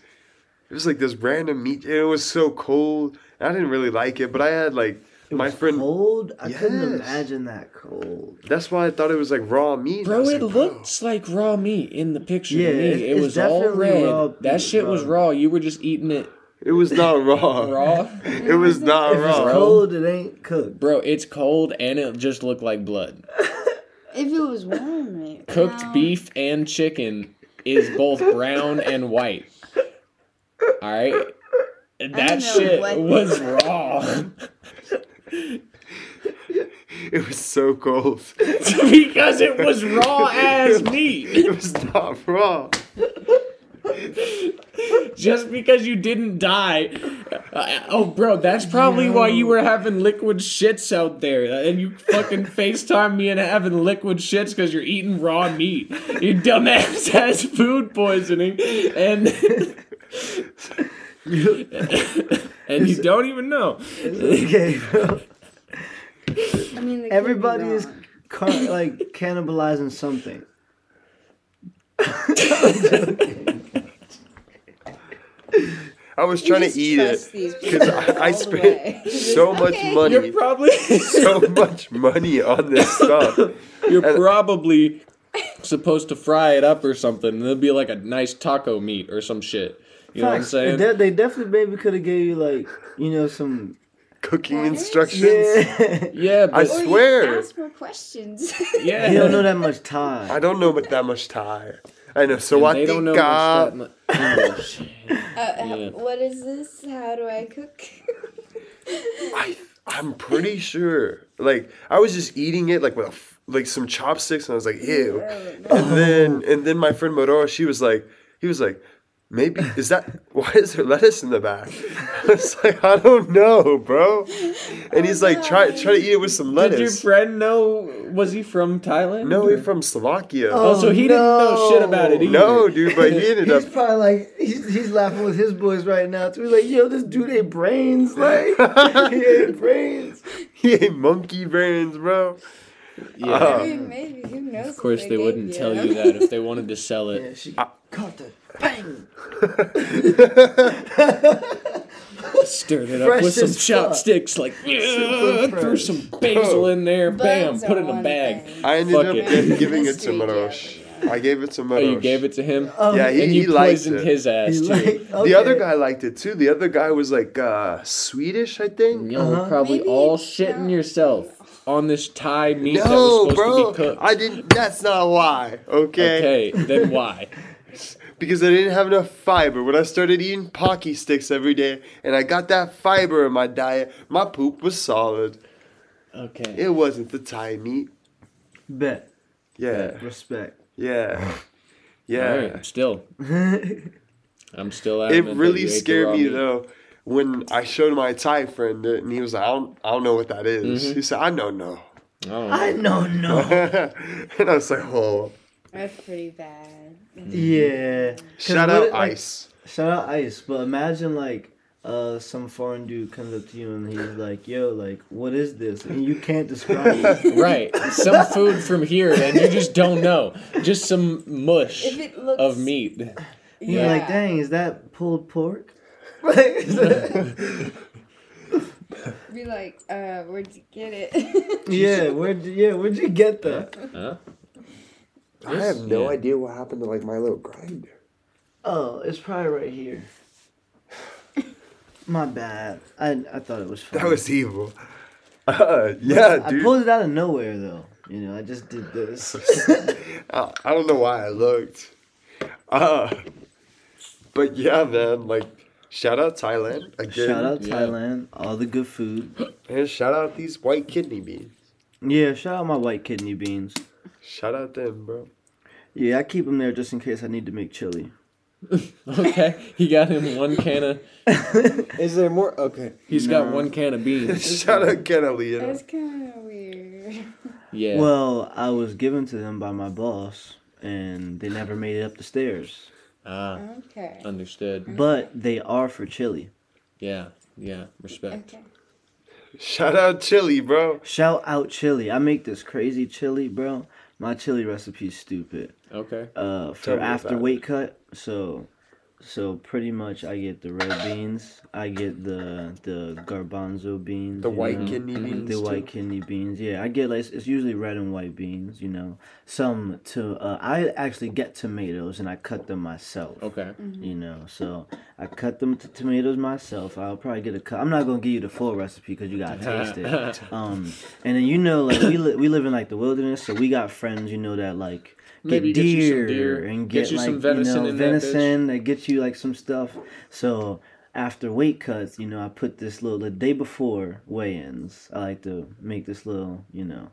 [SPEAKER 1] it was like this random meat. It was so cold. I didn't really like it, but I had like my
[SPEAKER 2] was
[SPEAKER 1] friend.
[SPEAKER 2] cold. I couldn't
[SPEAKER 1] Yes.
[SPEAKER 2] imagine that cold.
[SPEAKER 1] That's why I thought it was like raw meat. I
[SPEAKER 3] Bro,
[SPEAKER 1] was
[SPEAKER 3] it
[SPEAKER 1] like,
[SPEAKER 3] looks like raw meat in the picture
[SPEAKER 2] Yeah,
[SPEAKER 3] to me.
[SPEAKER 2] it's-
[SPEAKER 3] It,
[SPEAKER 2] it's
[SPEAKER 3] was all
[SPEAKER 2] definitely
[SPEAKER 3] red.
[SPEAKER 2] raw
[SPEAKER 3] that
[SPEAKER 2] meat,
[SPEAKER 3] shit was
[SPEAKER 2] bro.
[SPEAKER 3] raw. You were just eating it
[SPEAKER 1] It was not raw.
[SPEAKER 3] raw.
[SPEAKER 1] It was not
[SPEAKER 2] If it's
[SPEAKER 1] raw.
[SPEAKER 2] cold, it ain't cooked.
[SPEAKER 3] Bro, it's cold and it just looked like blood.
[SPEAKER 4] If it was warm, it
[SPEAKER 3] Cooked
[SPEAKER 4] no.
[SPEAKER 3] beef and chicken is both brown and white. All right? That
[SPEAKER 4] know
[SPEAKER 3] shit
[SPEAKER 4] what-
[SPEAKER 3] was raw.
[SPEAKER 1] It was so cold.
[SPEAKER 3] because it was raw as meat.
[SPEAKER 1] It was not raw.
[SPEAKER 3] Just because you didn't die I- oh, bro, that's probably why you were having liquid shits out there, and you fucking Facetime me and having liquid shits because you're eating raw meat. You dumbass has food poisoning, and and you don't even know.
[SPEAKER 2] okay, bro.
[SPEAKER 4] I mean, they could be
[SPEAKER 2] Everybody is
[SPEAKER 4] wrong.
[SPEAKER 2] car- like cannibalizing something.
[SPEAKER 1] I was
[SPEAKER 4] You
[SPEAKER 1] trying
[SPEAKER 4] just
[SPEAKER 1] to eat
[SPEAKER 4] trust
[SPEAKER 1] it
[SPEAKER 4] these people
[SPEAKER 1] because I, I
[SPEAKER 4] all the way.
[SPEAKER 1] spent
[SPEAKER 4] Just,
[SPEAKER 1] so much
[SPEAKER 4] okay.
[SPEAKER 3] You're
[SPEAKER 1] money,
[SPEAKER 3] probably
[SPEAKER 1] so much money on this stuff.
[SPEAKER 3] you're probably supposed to fry it up or something, and it'll be like a nice taco meat or some shit. You know what I'm
[SPEAKER 2] Facts.
[SPEAKER 3] saying?
[SPEAKER 2] They, they definitely maybe could have gave you like you know some
[SPEAKER 1] Cooking
[SPEAKER 4] What?
[SPEAKER 1] instructions.
[SPEAKER 2] yeah.
[SPEAKER 3] yeah,
[SPEAKER 1] I
[SPEAKER 3] but
[SPEAKER 4] Or you
[SPEAKER 1] swear.
[SPEAKER 4] Ask more questions.
[SPEAKER 3] yeah,
[SPEAKER 2] you don't know that much time.
[SPEAKER 1] I don't know but that much Thai. I know. So
[SPEAKER 3] And
[SPEAKER 1] I
[SPEAKER 3] they don't
[SPEAKER 1] think
[SPEAKER 3] know
[SPEAKER 1] God.
[SPEAKER 3] much that mu- English.
[SPEAKER 4] Uh, h-
[SPEAKER 3] Yeah.
[SPEAKER 4] What is this? How do I cook?
[SPEAKER 1] I, I'm pretty sure. Like I was just eating it like with a, f- like some chopsticks, and I was like, ew.
[SPEAKER 3] Um,
[SPEAKER 1] And then and then my friend Moro, she was like, he was like, maybe is that why is there lettuce in the back? I was like, I don't know, bro. And he's like, try try to eat it with some
[SPEAKER 3] Did your
[SPEAKER 1] lettuce.
[SPEAKER 3] friend know? Was he from Thailand?
[SPEAKER 1] No, he's from Slovakia.
[SPEAKER 2] Oh,
[SPEAKER 3] Oh, so he didn't know shit about it either.
[SPEAKER 1] no, dude, but he ended up.
[SPEAKER 2] He's probably like he's, he's laughing with his boys right now too. Like yo, this dude ate brains. Like he ate brains.
[SPEAKER 1] He ate monkey brains, bro.
[SPEAKER 3] Yeah.
[SPEAKER 1] Uh,
[SPEAKER 4] Maybe, maybe. Who knows?
[SPEAKER 3] of course, they wouldn't tell you that if they wanted to sell
[SPEAKER 2] Yeah,
[SPEAKER 3] it.
[SPEAKER 2] she caught the bang.
[SPEAKER 3] Stirred it
[SPEAKER 2] Fresh
[SPEAKER 3] up with some
[SPEAKER 2] as fuck.
[SPEAKER 3] chopsticks, like yeah,
[SPEAKER 2] fresh.
[SPEAKER 3] threw some basil in there,
[SPEAKER 4] Bugs
[SPEAKER 3] bam, put
[SPEAKER 4] are
[SPEAKER 3] it in a
[SPEAKER 4] one
[SPEAKER 3] bag.
[SPEAKER 4] thing.
[SPEAKER 1] I ended
[SPEAKER 3] Fuck
[SPEAKER 1] up
[SPEAKER 3] it.
[SPEAKER 1] gi- giving it to
[SPEAKER 4] Mystery
[SPEAKER 1] Marosh. I gave it to Marosh.
[SPEAKER 3] Oh, you gave it to him,
[SPEAKER 2] Um,
[SPEAKER 1] Yeah, he,
[SPEAKER 3] and
[SPEAKER 1] he
[SPEAKER 3] you
[SPEAKER 1] liked
[SPEAKER 3] poisoned
[SPEAKER 1] it.
[SPEAKER 3] his ass
[SPEAKER 2] he's
[SPEAKER 3] too.
[SPEAKER 2] like, okay.
[SPEAKER 1] The other guy liked it too. The other guy was like uh, Swedish, I think.
[SPEAKER 3] Y'all
[SPEAKER 2] Uh-huh.
[SPEAKER 3] probably
[SPEAKER 4] Maybe
[SPEAKER 3] all
[SPEAKER 4] it's
[SPEAKER 3] shitting
[SPEAKER 4] not-
[SPEAKER 3] yourself on this Thai meat that was
[SPEAKER 1] No,
[SPEAKER 3] supposed to
[SPEAKER 1] bro,
[SPEAKER 3] be cooked.
[SPEAKER 1] I didn't. That's not why. Okay?
[SPEAKER 3] okay, then why?
[SPEAKER 1] because I didn't have enough fiber. When I started eating pocky sticks every day, and I got that fiber in my diet, my poop was solid.
[SPEAKER 3] Okay.
[SPEAKER 1] It wasn't the Thai meat.
[SPEAKER 2] bet
[SPEAKER 1] Yeah,
[SPEAKER 2] respect.
[SPEAKER 1] yeah, yeah.
[SPEAKER 3] All right, still, I'm still.
[SPEAKER 1] It
[SPEAKER 3] adamant that you
[SPEAKER 1] really
[SPEAKER 3] ate the
[SPEAKER 1] scared
[SPEAKER 3] raw
[SPEAKER 1] me
[SPEAKER 3] meat.
[SPEAKER 1] though when I showed my Thai friend it, and he was like, "I don't, I don't know what that is."
[SPEAKER 3] Mm-hmm.
[SPEAKER 1] He said, "I don't know."
[SPEAKER 3] Oh.
[SPEAKER 2] I know, no.
[SPEAKER 1] and I was like, "Oh,
[SPEAKER 4] That's pretty bad.
[SPEAKER 2] yeah. 'Cause
[SPEAKER 1] shout
[SPEAKER 2] what
[SPEAKER 1] out
[SPEAKER 2] it, like,
[SPEAKER 1] Ice."
[SPEAKER 2] Shout out Ice, but imagine like uh some foreign dude comes up to you and he's like, "Yo, like, what is this?" And you can't describe it.
[SPEAKER 3] Right. Some food from here and you just don't know. Just some mush
[SPEAKER 4] If it looks
[SPEAKER 3] of meat.
[SPEAKER 2] You're like, "Dang, is that pulled pork?" Like,
[SPEAKER 4] Be like, uh, where'd you get it?
[SPEAKER 2] yeah, where'd you, yeah, where'd you get that?
[SPEAKER 3] Huh?
[SPEAKER 1] I have no
[SPEAKER 3] yeah.
[SPEAKER 1] idea what happened to like my little grinder.
[SPEAKER 2] Oh, it's probably right here. My bad. I I thought it was funny.
[SPEAKER 1] That was evil. Uh, yeah,
[SPEAKER 2] I
[SPEAKER 1] dude.
[SPEAKER 2] pulled it out of nowhere though. You know, I just did this.
[SPEAKER 1] I, I don't know why I looked. Uh, but yeah, man. Like, shout out Thailand again.
[SPEAKER 2] Shout out
[SPEAKER 3] Yeah.
[SPEAKER 2] Thailand, all the good food.
[SPEAKER 1] And shout out these white kidney beans.
[SPEAKER 2] Yeah, shout out my white kidney beans.
[SPEAKER 1] Shout out them, bro.
[SPEAKER 2] Yeah, I keep them there just in case I need to make chili.
[SPEAKER 3] Okay. He got him one can of
[SPEAKER 5] Is there more? Okay.
[SPEAKER 3] he's got one can of beans.
[SPEAKER 1] shout out Catalina.
[SPEAKER 4] That's kind of weird.
[SPEAKER 3] Yeah.
[SPEAKER 2] Well, I was given to them by my boss, and they never made it up the stairs.
[SPEAKER 3] Ah,
[SPEAKER 4] Okay.
[SPEAKER 3] understood.
[SPEAKER 2] But they are for chili.
[SPEAKER 3] Yeah. Yeah. Respect.
[SPEAKER 4] Okay.
[SPEAKER 1] Shout out Chili, bro.
[SPEAKER 2] Shout out chili! I make this crazy chili, bro. My chili recipe's stupid.
[SPEAKER 3] Okay.
[SPEAKER 2] Uh,
[SPEAKER 1] Tell
[SPEAKER 2] for
[SPEAKER 1] me
[SPEAKER 2] after
[SPEAKER 1] about it.
[SPEAKER 2] weight cut, so, so pretty much I get the red beans. I get the the garbanzo beans.
[SPEAKER 1] The
[SPEAKER 2] you
[SPEAKER 1] white
[SPEAKER 2] know.
[SPEAKER 1] kidney beans.
[SPEAKER 2] the
[SPEAKER 1] too.
[SPEAKER 2] white kidney beans. Yeah, I get like it's usually red and white beans. You know, some to uh, I actually get tomatoes and I cut them myself.
[SPEAKER 1] Oh.
[SPEAKER 3] Okay.
[SPEAKER 2] You know, so I cut them to tomatoes myself. I'll probably get a cut. I'm not gonna give you the full recipe because you gotta taste it. Um, and then you know, like we li- we live in like the wilderness, so we got friends. You know that like get
[SPEAKER 3] Maybe get you some
[SPEAKER 2] deer,
[SPEAKER 3] deer,
[SPEAKER 2] and
[SPEAKER 3] get
[SPEAKER 2] get,
[SPEAKER 3] you
[SPEAKER 2] like
[SPEAKER 3] some
[SPEAKER 2] you
[SPEAKER 3] venison
[SPEAKER 2] know
[SPEAKER 3] in that bitch.
[SPEAKER 2] venison. They get you like some stuff. So after weight cuts, you know, I put this little the day before weigh-ins. I like to make this little, you know.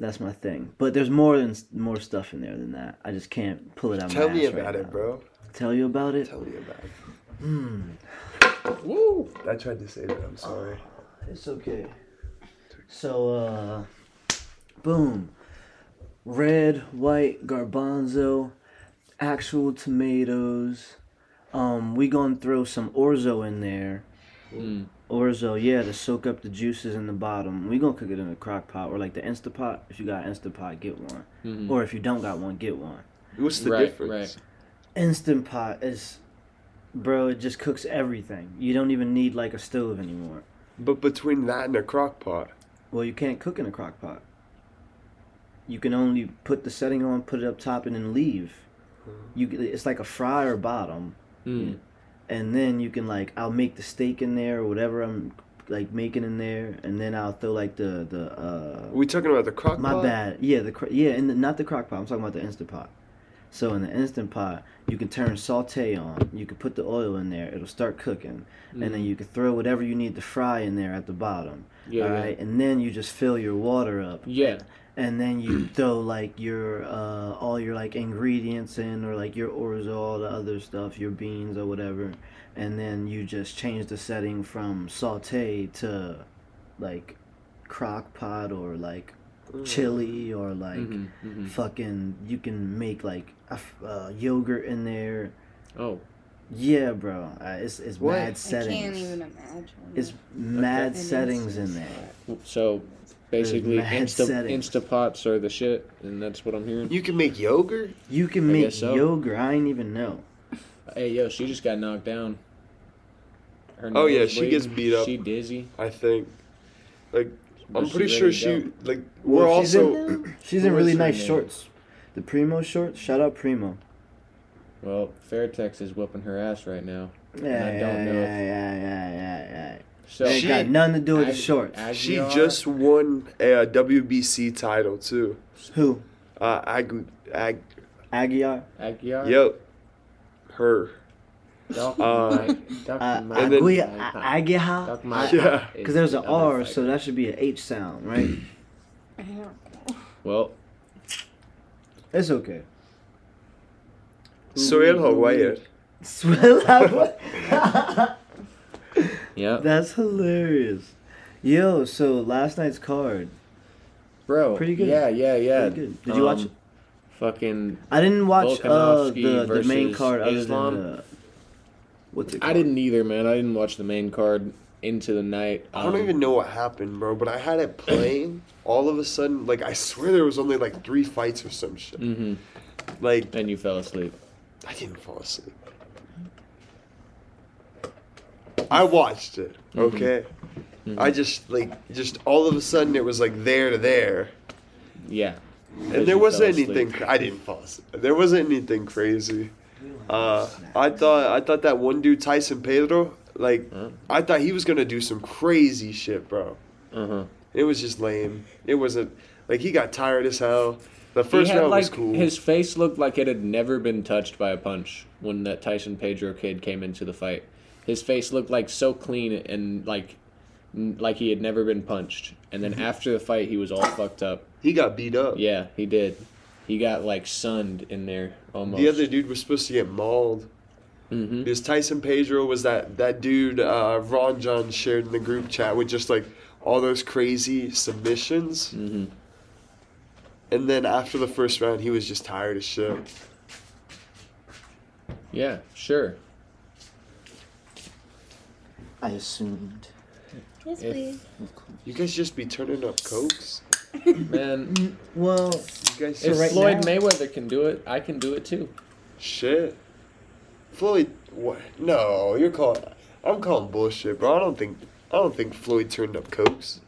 [SPEAKER 2] That's my thing, but there's more than more stuff in there than that. I just can't pull it out.
[SPEAKER 1] Tell
[SPEAKER 2] my
[SPEAKER 1] me
[SPEAKER 2] ass right
[SPEAKER 1] about
[SPEAKER 2] now
[SPEAKER 1] it, bro.
[SPEAKER 2] tell you about it.
[SPEAKER 1] Tell me about it.
[SPEAKER 3] Woo!
[SPEAKER 1] I tried to save it. I'm sorry.
[SPEAKER 2] It's okay. So, uh, boom. Red, white, garbanzo, actual tomatoes. Um, we gonna throw some orzo in there.
[SPEAKER 3] Mm.
[SPEAKER 2] Orzo, yeah, to soak up the juices in the bottom. We gonna cook it in a crock pot or like the Instapot. If you got Instapot, get one.
[SPEAKER 3] Mhm.
[SPEAKER 2] Or if you don't got one, get one.
[SPEAKER 1] What's the
[SPEAKER 3] Right,
[SPEAKER 1] difference?
[SPEAKER 2] Instant Pot is, bro, it just cooks everything. You don't even need like a stove anymore.
[SPEAKER 1] But between that and a crock pot,
[SPEAKER 2] Well, you can't cook in a crock pot. You can only put the setting on, put it up top, and then leave. You, it's like a fryer bottom,
[SPEAKER 3] Mm.
[SPEAKER 2] and then you can like I'll make the steak in there or whatever I'm like making in there, and then I'll throw like the the uh,
[SPEAKER 1] are we talking about the crock
[SPEAKER 2] my
[SPEAKER 1] pot?
[SPEAKER 2] bad. Yeah, the cr- yeah, and the, not the crock pot. I'm talking about the instant pot. So in the instant pot, you can turn saute on. You can put the oil in there. It'll start cooking, and then you can throw whatever you need to fry in there at the bottom.
[SPEAKER 3] Yeah,
[SPEAKER 2] all
[SPEAKER 3] yeah.
[SPEAKER 2] right, and then you just fill your water up.
[SPEAKER 3] Yeah.
[SPEAKER 2] And then you throw like your uh, all your like ingredients in, or like your orzo, all the other stuff, your beans or whatever, and then you just change the setting from saute to like crock pot or like
[SPEAKER 3] Mm.
[SPEAKER 2] chili or like
[SPEAKER 3] Mhm, mhm.
[SPEAKER 2] fucking you can make like a f- uh, yogurt in there
[SPEAKER 3] Oh,
[SPEAKER 2] yeah bro uh, it's it's
[SPEAKER 1] What?
[SPEAKER 2] mad
[SPEAKER 4] I can't even
[SPEAKER 2] settings
[SPEAKER 4] imagine.
[SPEAKER 2] it's mad
[SPEAKER 4] And it's
[SPEAKER 2] settings in
[SPEAKER 4] just-
[SPEAKER 2] there
[SPEAKER 3] so basically,
[SPEAKER 2] mad
[SPEAKER 3] Insta
[SPEAKER 2] settings.
[SPEAKER 3] Instapots are the shit, and that's what I'm hearing.
[SPEAKER 1] You can make yogurt.
[SPEAKER 2] you can
[SPEAKER 3] I
[SPEAKER 2] make
[SPEAKER 3] guess so.
[SPEAKER 2] yogurt i ain't even know
[SPEAKER 3] Hey, yo, she just got knocked down. Her
[SPEAKER 1] Oh, yeah,
[SPEAKER 3] nose
[SPEAKER 1] she gets beat up.
[SPEAKER 3] She dizzy.
[SPEAKER 1] I think. Like,
[SPEAKER 3] but
[SPEAKER 1] I'm
[SPEAKER 3] she
[SPEAKER 1] pretty
[SPEAKER 3] ready
[SPEAKER 1] sure
[SPEAKER 3] to
[SPEAKER 1] she
[SPEAKER 3] go.
[SPEAKER 1] like. We're
[SPEAKER 2] Well, she's in-
[SPEAKER 1] also.
[SPEAKER 2] she's
[SPEAKER 1] What
[SPEAKER 2] in really
[SPEAKER 1] was her
[SPEAKER 2] nice
[SPEAKER 1] name?
[SPEAKER 2] shorts the primo shorts shout out primo
[SPEAKER 3] Well, Fairtex is whooping her ass right now.
[SPEAKER 2] yeah
[SPEAKER 3] I
[SPEAKER 2] yeah,
[SPEAKER 3] don't
[SPEAKER 2] yeah,
[SPEAKER 3] know if-
[SPEAKER 2] yeah yeah yeah yeah
[SPEAKER 3] So
[SPEAKER 2] They ain't
[SPEAKER 1] She-
[SPEAKER 2] got nothing to do with the
[SPEAKER 3] Ag-
[SPEAKER 2] shorts
[SPEAKER 3] Ag-
[SPEAKER 1] She
[SPEAKER 3] Aguiar?
[SPEAKER 1] just won a WBC title too.
[SPEAKER 2] who
[SPEAKER 1] Uh, Ag, Ag,
[SPEAKER 2] aguiar
[SPEAKER 3] Aguiar?
[SPEAKER 1] yep, her.
[SPEAKER 3] Doc
[SPEAKER 1] Uh,
[SPEAKER 3] Mike- Doc
[SPEAKER 2] uh,
[SPEAKER 3] Mike-
[SPEAKER 1] And then-
[SPEAKER 2] aguiar
[SPEAKER 3] Doc
[SPEAKER 2] aguiar
[SPEAKER 3] Mike
[SPEAKER 1] Yeah.
[SPEAKER 3] is
[SPEAKER 2] because there's an
[SPEAKER 3] another
[SPEAKER 2] r
[SPEAKER 3] fighter.
[SPEAKER 2] so that should be an h sound right
[SPEAKER 4] I don't know.
[SPEAKER 3] Well,
[SPEAKER 2] it's okay
[SPEAKER 1] Soy el Hawaiian.
[SPEAKER 3] yeah.
[SPEAKER 2] That's hilarious. Yo, so last night's card.
[SPEAKER 3] Bro.
[SPEAKER 2] Pretty good.
[SPEAKER 3] Yeah, yeah, yeah. Um,
[SPEAKER 2] Pretty good. Did you watch it?
[SPEAKER 3] Fucking.
[SPEAKER 2] I didn't watch uh,
[SPEAKER 3] Volkanovski
[SPEAKER 2] the, the main
[SPEAKER 3] versus
[SPEAKER 2] card other
[SPEAKER 3] Islam.
[SPEAKER 2] than the, what's it
[SPEAKER 3] I
[SPEAKER 2] called?
[SPEAKER 3] didn't either, man. I didn't watch the main card into the night.
[SPEAKER 1] I don't
[SPEAKER 3] Um,
[SPEAKER 1] even know what happened, bro. But I had it playing. All of a sudden, like I swear there was only like three fights or some shit.
[SPEAKER 3] Mhm.
[SPEAKER 1] Like
[SPEAKER 3] And you fell asleep.
[SPEAKER 1] I didn't fall asleep. I watched it. Okay. I just like just all of a sudden it was like there to there,
[SPEAKER 3] Yeah.
[SPEAKER 1] and there wasn't anything. Cra- I didn't fall asleep. There wasn't anything crazy. Uh, I thought I thought that one dude Tyson Pedro, like
[SPEAKER 3] Huh?
[SPEAKER 1] I thought he was gonna do some crazy shit, bro.
[SPEAKER 3] Uh huh.
[SPEAKER 1] It was just lame. It wasn't like he got tired as hell. The first
[SPEAKER 3] he had,
[SPEAKER 1] round
[SPEAKER 3] like,
[SPEAKER 1] was cool.
[SPEAKER 3] His face looked like it had never been touched by a punch when that Tyson Pedro kid came into the fight. His face looked like so clean and like n- like he had never been punched. And
[SPEAKER 1] Mm-hmm.
[SPEAKER 3] then after the fight, he was all fucked up.
[SPEAKER 1] he got beat up.
[SPEAKER 3] Yeah, he did. He got like sunned in there almost.
[SPEAKER 1] The other dude was supposed to get mauled.
[SPEAKER 3] Mhm.
[SPEAKER 1] Because Tyson Pedro was that that dude uh, Ron John shared in the group chat with just like all those crazy submissions.
[SPEAKER 3] Mhm.
[SPEAKER 1] And then after the first round, he was just tired as shit.
[SPEAKER 3] Yeah, sure.
[SPEAKER 2] I assumed.
[SPEAKER 4] Yes,
[SPEAKER 3] If-
[SPEAKER 4] please.
[SPEAKER 1] You guys just be turning up cokes.
[SPEAKER 3] Man,
[SPEAKER 2] Well,
[SPEAKER 1] You guys
[SPEAKER 3] if
[SPEAKER 1] just
[SPEAKER 2] right
[SPEAKER 3] Floyd
[SPEAKER 2] now-
[SPEAKER 3] Mayweather can do it, I can do it too.
[SPEAKER 1] shit. Floyd, what? No, you're calling. I'm calling bullshit, bro. I don't think. I don't think Floyd turned up cokes.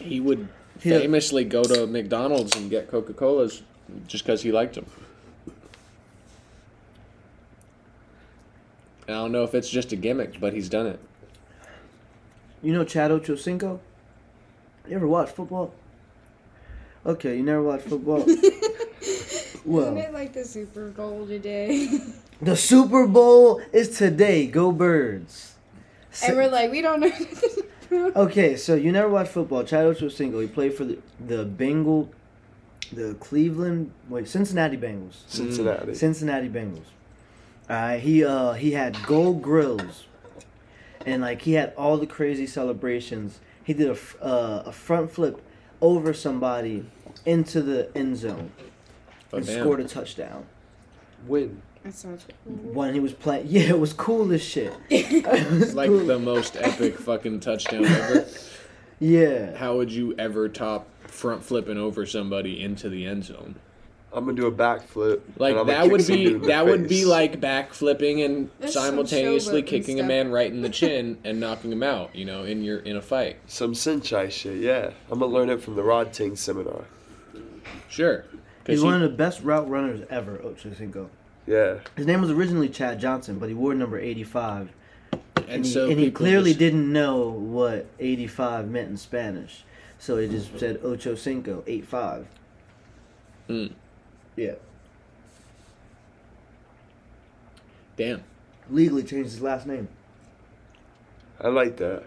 [SPEAKER 3] He would
[SPEAKER 2] Yeah.
[SPEAKER 3] famously go to McDonald's and get Coca Cola's just because he liked them. I don't know if it's just a gimmick, but he's done it.
[SPEAKER 2] you know Chad Ochocinco? You ever watch football? Okay, you never watch football.
[SPEAKER 4] Isn't
[SPEAKER 2] well,
[SPEAKER 4] it like the Super Bowl today?
[SPEAKER 2] the Super Bowl is today. Go Birds.
[SPEAKER 4] and we're like, we don't know.
[SPEAKER 2] Okay, so you never watched football. Chad Ochocinco, he played for the, the Bengal, the Cleveland, wait, Cincinnati Bengals.
[SPEAKER 3] Mm.
[SPEAKER 1] Cincinnati.
[SPEAKER 2] Cincinnati Bengals. All right, he uh he had gold grills, and like he had all the crazy celebrations. He did a f- uh, a front flip over somebody into the end zone
[SPEAKER 3] Oh,
[SPEAKER 2] and
[SPEAKER 3] damn.
[SPEAKER 2] scored a touchdown.
[SPEAKER 5] When?
[SPEAKER 4] That sounds cool.
[SPEAKER 2] When he was playing, yeah, it was cool as shit. It was
[SPEAKER 3] It's like
[SPEAKER 2] cool.
[SPEAKER 3] the most epic fucking touchdown ever.
[SPEAKER 2] yeah,
[SPEAKER 3] How would you ever top front flipping over somebody into the end zone?
[SPEAKER 1] I'm gonna do a backflip. and
[SPEAKER 3] Like
[SPEAKER 1] I'ma
[SPEAKER 3] that
[SPEAKER 1] kick
[SPEAKER 3] would
[SPEAKER 1] some
[SPEAKER 3] be
[SPEAKER 1] dude in the
[SPEAKER 3] that would be
[SPEAKER 1] face.
[SPEAKER 3] like back flipping and
[SPEAKER 6] That's some
[SPEAKER 3] simultaneously
[SPEAKER 6] showboating
[SPEAKER 3] kicking a
[SPEAKER 6] stuff.
[SPEAKER 3] man right in the chin and knocking him out. You know, in your in a fight.
[SPEAKER 1] some senchai shit. Yeah, I'm gonna learn it from the Rod Ting seminar.
[SPEAKER 3] Sure.
[SPEAKER 2] he's
[SPEAKER 3] 'Cause
[SPEAKER 2] one of
[SPEAKER 3] he-
[SPEAKER 2] the best route runners ever. Ocho Cinco.
[SPEAKER 1] Yeah,
[SPEAKER 2] His name was originally Chad Johnson, but he wore number eighty-five, and,
[SPEAKER 3] and
[SPEAKER 2] he,
[SPEAKER 3] so
[SPEAKER 2] and he
[SPEAKER 3] people
[SPEAKER 2] clearly
[SPEAKER 3] just-
[SPEAKER 2] didn't know what eighty-five meant in Spanish, so he just said Ocho Cinco, eight-five.
[SPEAKER 3] Hmm.
[SPEAKER 2] Yeah,
[SPEAKER 3] Damn.
[SPEAKER 2] legally changed his last name.
[SPEAKER 1] I like that.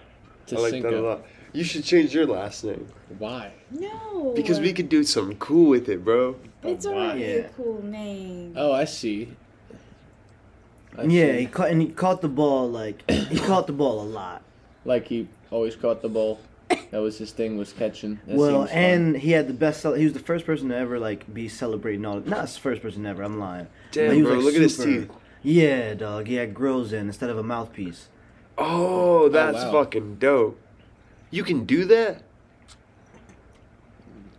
[SPEAKER 3] To
[SPEAKER 1] I like that a
[SPEAKER 3] Cinco.
[SPEAKER 1] lot. You should change your last name
[SPEAKER 3] Why?
[SPEAKER 4] No.
[SPEAKER 1] because we could do something cool with it, bro.
[SPEAKER 4] It's
[SPEAKER 3] Why?
[SPEAKER 4] already
[SPEAKER 2] Yeah.
[SPEAKER 4] a cool name.
[SPEAKER 3] Oh, I see. I
[SPEAKER 2] yeah,
[SPEAKER 3] see.
[SPEAKER 2] he caught and he caught the ball like he caught the ball a lot.
[SPEAKER 3] like he always caught the ball. That was his thing was catching. That
[SPEAKER 2] well,
[SPEAKER 3] seems fun.
[SPEAKER 2] and he had the best. Cel- he was the first person to ever like be celebrating all. Not the first person ever. I'm lying.
[SPEAKER 1] Damn,
[SPEAKER 2] But he was,
[SPEAKER 1] bro,
[SPEAKER 2] like,
[SPEAKER 1] look at his
[SPEAKER 2] super-
[SPEAKER 1] teeth.
[SPEAKER 2] Yeah, dog. He had grills in instead of a mouthpiece.
[SPEAKER 1] Oh, that's
[SPEAKER 3] wow.
[SPEAKER 1] fucking dope. You can do that.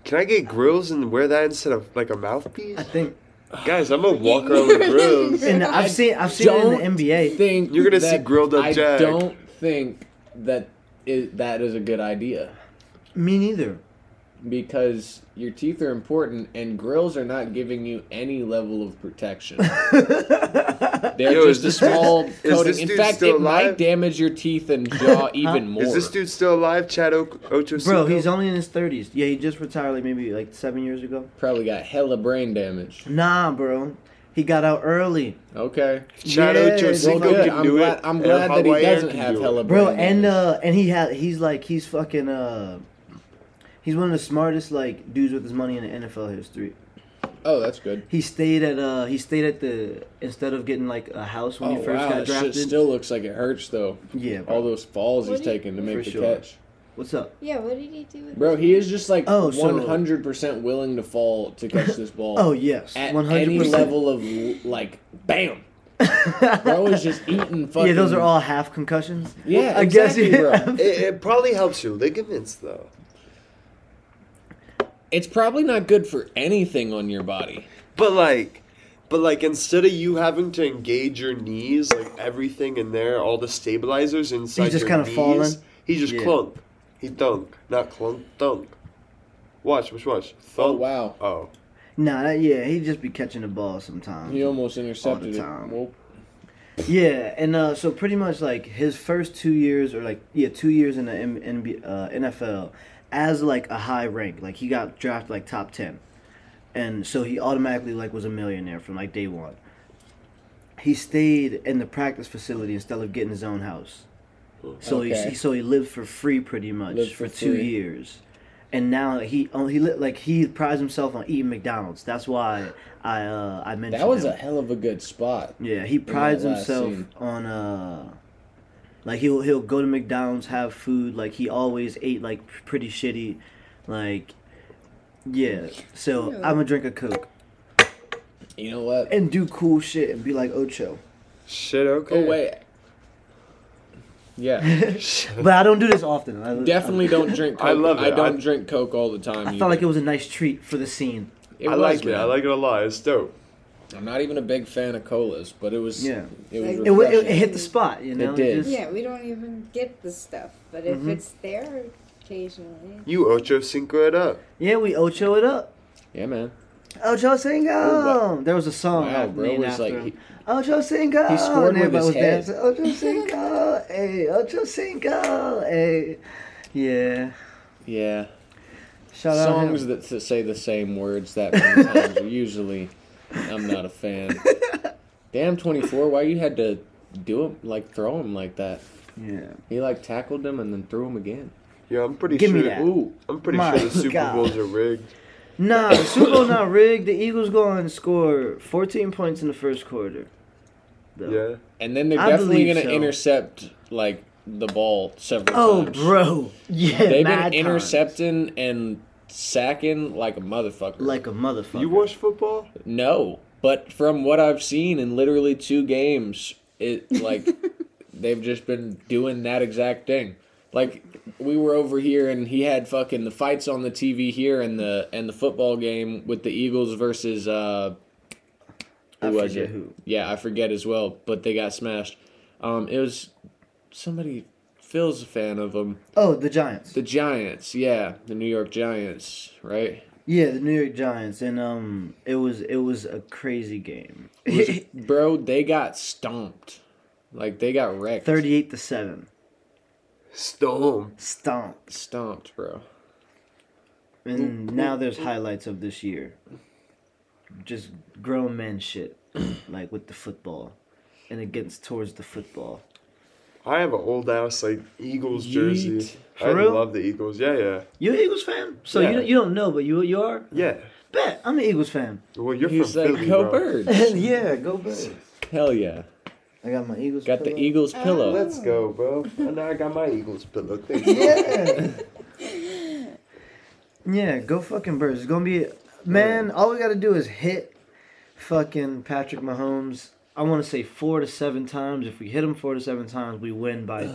[SPEAKER 1] Can I get grills and wear that instead of like a mouthpiece?
[SPEAKER 2] I think.
[SPEAKER 1] Guys, I'm gonna walk around with grills.
[SPEAKER 2] And I've seen. I've seen it in
[SPEAKER 3] Don't
[SPEAKER 2] the NBA.
[SPEAKER 3] Think
[SPEAKER 1] You're gonna see
[SPEAKER 3] that-
[SPEAKER 1] grilled up
[SPEAKER 3] I
[SPEAKER 1] Jack.
[SPEAKER 3] don't think that is, that is a good idea
[SPEAKER 2] Me neither.
[SPEAKER 3] because your teeth are important and grills are not giving you any level of protection. They're
[SPEAKER 1] Yo, is
[SPEAKER 3] just a
[SPEAKER 1] this-
[SPEAKER 3] small
[SPEAKER 1] is this
[SPEAKER 3] coating. In
[SPEAKER 1] dude
[SPEAKER 3] fact,
[SPEAKER 1] still
[SPEAKER 3] it
[SPEAKER 1] alive?
[SPEAKER 3] might damage your teeth and jaw even more.
[SPEAKER 1] Is this dude still alive, Chad o- Ocho?
[SPEAKER 2] Bro, he's only in his thirties. Yeah, he just retired like maybe like seven years ago.
[SPEAKER 3] probably got hella brain damage?
[SPEAKER 2] Nah, bro. He got out early,
[SPEAKER 3] Okay.
[SPEAKER 1] Chad
[SPEAKER 2] Yeah,
[SPEAKER 1] Ocho
[SPEAKER 2] well,
[SPEAKER 1] Cinco
[SPEAKER 3] good.
[SPEAKER 1] can
[SPEAKER 3] I'm
[SPEAKER 1] do
[SPEAKER 3] glad-
[SPEAKER 1] it.
[SPEAKER 3] I'm
[SPEAKER 1] and
[SPEAKER 3] glad that he
[SPEAKER 1] Hawaiian
[SPEAKER 3] doesn't
[SPEAKER 1] can
[SPEAKER 3] have
[SPEAKER 1] do it.
[SPEAKER 3] hella-
[SPEAKER 2] bro.
[SPEAKER 3] Brain
[SPEAKER 2] And
[SPEAKER 3] damage.
[SPEAKER 2] uh, and he had. He's like. He's fucking. Uh, he's one of the smartest like dudes with his money in the NFL history.
[SPEAKER 3] Oh, that's good.
[SPEAKER 2] He stayed at uh he stayed at the instead of getting like a house when
[SPEAKER 3] oh,
[SPEAKER 2] he first
[SPEAKER 3] wow,
[SPEAKER 2] got
[SPEAKER 3] that
[SPEAKER 2] drafted.
[SPEAKER 3] shit still looks like it hurts though.
[SPEAKER 2] yeah. Bro.
[SPEAKER 3] All those falls
[SPEAKER 4] What
[SPEAKER 3] he's
[SPEAKER 4] do you-
[SPEAKER 3] taking to make
[SPEAKER 2] For
[SPEAKER 3] the
[SPEAKER 2] sure.
[SPEAKER 3] catch.
[SPEAKER 2] What's up?
[SPEAKER 4] Yeah, what did he do with
[SPEAKER 3] Bro, he is just like
[SPEAKER 2] Oh, so-
[SPEAKER 3] 100% willing to fall to catch this ball.
[SPEAKER 2] Oh yes,
[SPEAKER 3] At
[SPEAKER 2] one
[SPEAKER 3] any
[SPEAKER 2] hundred percent.
[SPEAKER 3] level of, like, bam. Bro is just eating fucking.
[SPEAKER 2] Yeah, those are all half concussions.
[SPEAKER 3] Yeah,
[SPEAKER 2] I guess
[SPEAKER 3] exactly,
[SPEAKER 2] you-
[SPEAKER 3] bro.
[SPEAKER 1] It, it probably helps your ligaments though.
[SPEAKER 3] It's probably not good for anything on your body.
[SPEAKER 1] But like, but like, instead of you having to engage your knees, like everything in there, all the stabilizers inside.
[SPEAKER 2] He's just
[SPEAKER 1] your
[SPEAKER 2] kinda
[SPEAKER 1] knees,
[SPEAKER 2] falling?
[SPEAKER 1] He just
[SPEAKER 2] Yeah.
[SPEAKER 1] clunk. He dunk, not clunk, dunk. Watch, watch, watch.
[SPEAKER 3] Oh,
[SPEAKER 1] Thunk.
[SPEAKER 3] wow.
[SPEAKER 1] Oh,
[SPEAKER 2] Nah, that, yeah, he just be catching the ball sometimes.
[SPEAKER 3] He almost intercepted it.
[SPEAKER 2] time.
[SPEAKER 3] Well,
[SPEAKER 2] Yeah, and uh, so pretty much like his first two years, or like yeah, two years in the M- NB- uh, NFL as like a high rank, like he got drafted like top ten, and so he automatically like was a millionaire from like day one. He stayed in the practice facility instead of getting his own house, so
[SPEAKER 3] Okay.
[SPEAKER 2] he so he lived for free pretty much
[SPEAKER 3] Lived
[SPEAKER 2] for,
[SPEAKER 3] for
[SPEAKER 2] two
[SPEAKER 3] free.
[SPEAKER 2] years. And now he oh, he li- like he prides himself on eating McDonald's. That's why I uh, I mentioned
[SPEAKER 3] that was
[SPEAKER 2] him.
[SPEAKER 3] a hell of a good spot.
[SPEAKER 2] Yeah, he prides
[SPEAKER 3] last
[SPEAKER 2] himself
[SPEAKER 3] scene.
[SPEAKER 2] on uh like he'll he'll go to McDonald's, have food, like he always ate like p- pretty shitty like yeah. So
[SPEAKER 4] Ew.
[SPEAKER 2] I'm gonna drink a Coke
[SPEAKER 3] You know what?
[SPEAKER 2] and do cool shit and be like Ocho.
[SPEAKER 1] shit. Okay.
[SPEAKER 3] Oh, wait. Yeah.
[SPEAKER 2] But I don't do this often. I,
[SPEAKER 3] Definitely don't drink Coke.
[SPEAKER 1] I love
[SPEAKER 3] I
[SPEAKER 1] it.
[SPEAKER 3] don't
[SPEAKER 1] I-
[SPEAKER 3] drink Coke all the time.
[SPEAKER 2] I, I felt like it was a nice treat for the scene.
[SPEAKER 1] I like it. I like it a lot. It's dope.
[SPEAKER 3] I'm not even a big fan of colas, but it was.
[SPEAKER 2] Yeah. It,
[SPEAKER 3] It was.
[SPEAKER 2] w- it,
[SPEAKER 3] refreshing.
[SPEAKER 2] it hit the spot, you know.
[SPEAKER 3] did.
[SPEAKER 2] just-
[SPEAKER 4] Yeah, we don't even get the stuff, but if
[SPEAKER 2] Mhm.
[SPEAKER 4] it's there occasionally.
[SPEAKER 1] You Ocho Cinco it up.
[SPEAKER 2] yeah, we Ocho it up.
[SPEAKER 3] yeah, man.
[SPEAKER 2] Ocho Cinco.
[SPEAKER 3] Oh,
[SPEAKER 2] there was a song.
[SPEAKER 3] Wow,
[SPEAKER 2] after
[SPEAKER 3] bro, it
[SPEAKER 2] named
[SPEAKER 3] was
[SPEAKER 2] after
[SPEAKER 3] like
[SPEAKER 2] him.
[SPEAKER 3] he,
[SPEAKER 2] Ocho Cinco.
[SPEAKER 3] He scored
[SPEAKER 2] and
[SPEAKER 3] with
[SPEAKER 2] everybody
[SPEAKER 3] his
[SPEAKER 2] was
[SPEAKER 3] head.
[SPEAKER 2] dancing. Ocho Cinco. hey, Ocho Cinco. Hey. Yeah.
[SPEAKER 3] yeah.
[SPEAKER 2] Shout
[SPEAKER 3] Songs
[SPEAKER 2] out.
[SPEAKER 3] that s- say the same words that many times are usually, I'm not a fan. Damn, 24. Why you had to do him like throw him like that?
[SPEAKER 2] Him.
[SPEAKER 3] He like tackled him and then threw him again.
[SPEAKER 1] Yeah, I'm pretty
[SPEAKER 2] Give
[SPEAKER 1] sure.
[SPEAKER 2] me that.
[SPEAKER 3] Ooh,
[SPEAKER 1] I'm pretty
[SPEAKER 2] My
[SPEAKER 1] sure the Super
[SPEAKER 2] God.
[SPEAKER 1] Bowls are rigged.
[SPEAKER 2] Yeah. Nah, the Super Bowl not rigged. The Eagles go on and score 14 points in the first quarter. Though.
[SPEAKER 1] Yeah.
[SPEAKER 3] and then they're
[SPEAKER 2] I
[SPEAKER 3] definitely
[SPEAKER 2] believe
[SPEAKER 3] gonna
[SPEAKER 2] so.
[SPEAKER 3] intercept like the ball several
[SPEAKER 2] Oh,
[SPEAKER 3] times.
[SPEAKER 2] bro. Yeah,
[SPEAKER 3] They've
[SPEAKER 2] mad
[SPEAKER 3] been
[SPEAKER 2] times.
[SPEAKER 3] intercepting and sacking like a motherfucker.
[SPEAKER 2] like a motherfucker.
[SPEAKER 1] You watch football?
[SPEAKER 3] no, but from what I've seen in literally two games, it like they've just been doing that exact thing. Like we were over here and he had fucking the fights on the TV here and the and the football game with the Eagles versus uh
[SPEAKER 2] I
[SPEAKER 3] who was
[SPEAKER 2] forget
[SPEAKER 3] it?
[SPEAKER 2] who.
[SPEAKER 3] Yeah, I forget as well, but they got smashed. Um it was somebody Phil's a fan of them.
[SPEAKER 2] Oh, the Giants.
[SPEAKER 3] The Giants, yeah, the New York Giants, right?
[SPEAKER 2] yeah, the New York Giants, and um, it was it was a crazy game.
[SPEAKER 3] It was- bro, they got stomped. Like they got wrecked.
[SPEAKER 2] Thirty-eight to seven,
[SPEAKER 1] Storm.
[SPEAKER 2] stomp.
[SPEAKER 3] stomped, bro.
[SPEAKER 2] And now there's highlights of this year. Just grown men shit, like with the football, and against towards the football.
[SPEAKER 1] I have an old ass like Eagles jersey.
[SPEAKER 3] Yeet.
[SPEAKER 1] I
[SPEAKER 2] For real?
[SPEAKER 1] love the Eagles. Yeah, yeah,
[SPEAKER 2] You an Eagles fan? So
[SPEAKER 1] Yeah.
[SPEAKER 2] you you don't know, but you you are.
[SPEAKER 1] yeah.
[SPEAKER 2] Bet I'm an Eagles fan.
[SPEAKER 1] Well, you're
[SPEAKER 3] He's
[SPEAKER 1] from
[SPEAKER 3] like,
[SPEAKER 1] Philly,
[SPEAKER 3] go
[SPEAKER 1] bro.
[SPEAKER 3] birds.
[SPEAKER 2] yeah, go Birds.
[SPEAKER 3] Hell yeah.
[SPEAKER 2] I got my Eagles.
[SPEAKER 3] Got the
[SPEAKER 2] pillow.
[SPEAKER 3] Eagles pillow.
[SPEAKER 1] Uh, Let's go, bro. And now I got my Eagles pillow. Thank you.
[SPEAKER 2] Yeah. yeah, go fucking Birds. It's gonna be man. All we gotta do is hit fucking Patrick Mahomes. I want to say four to seven times. If we hit him four to seven times, we win by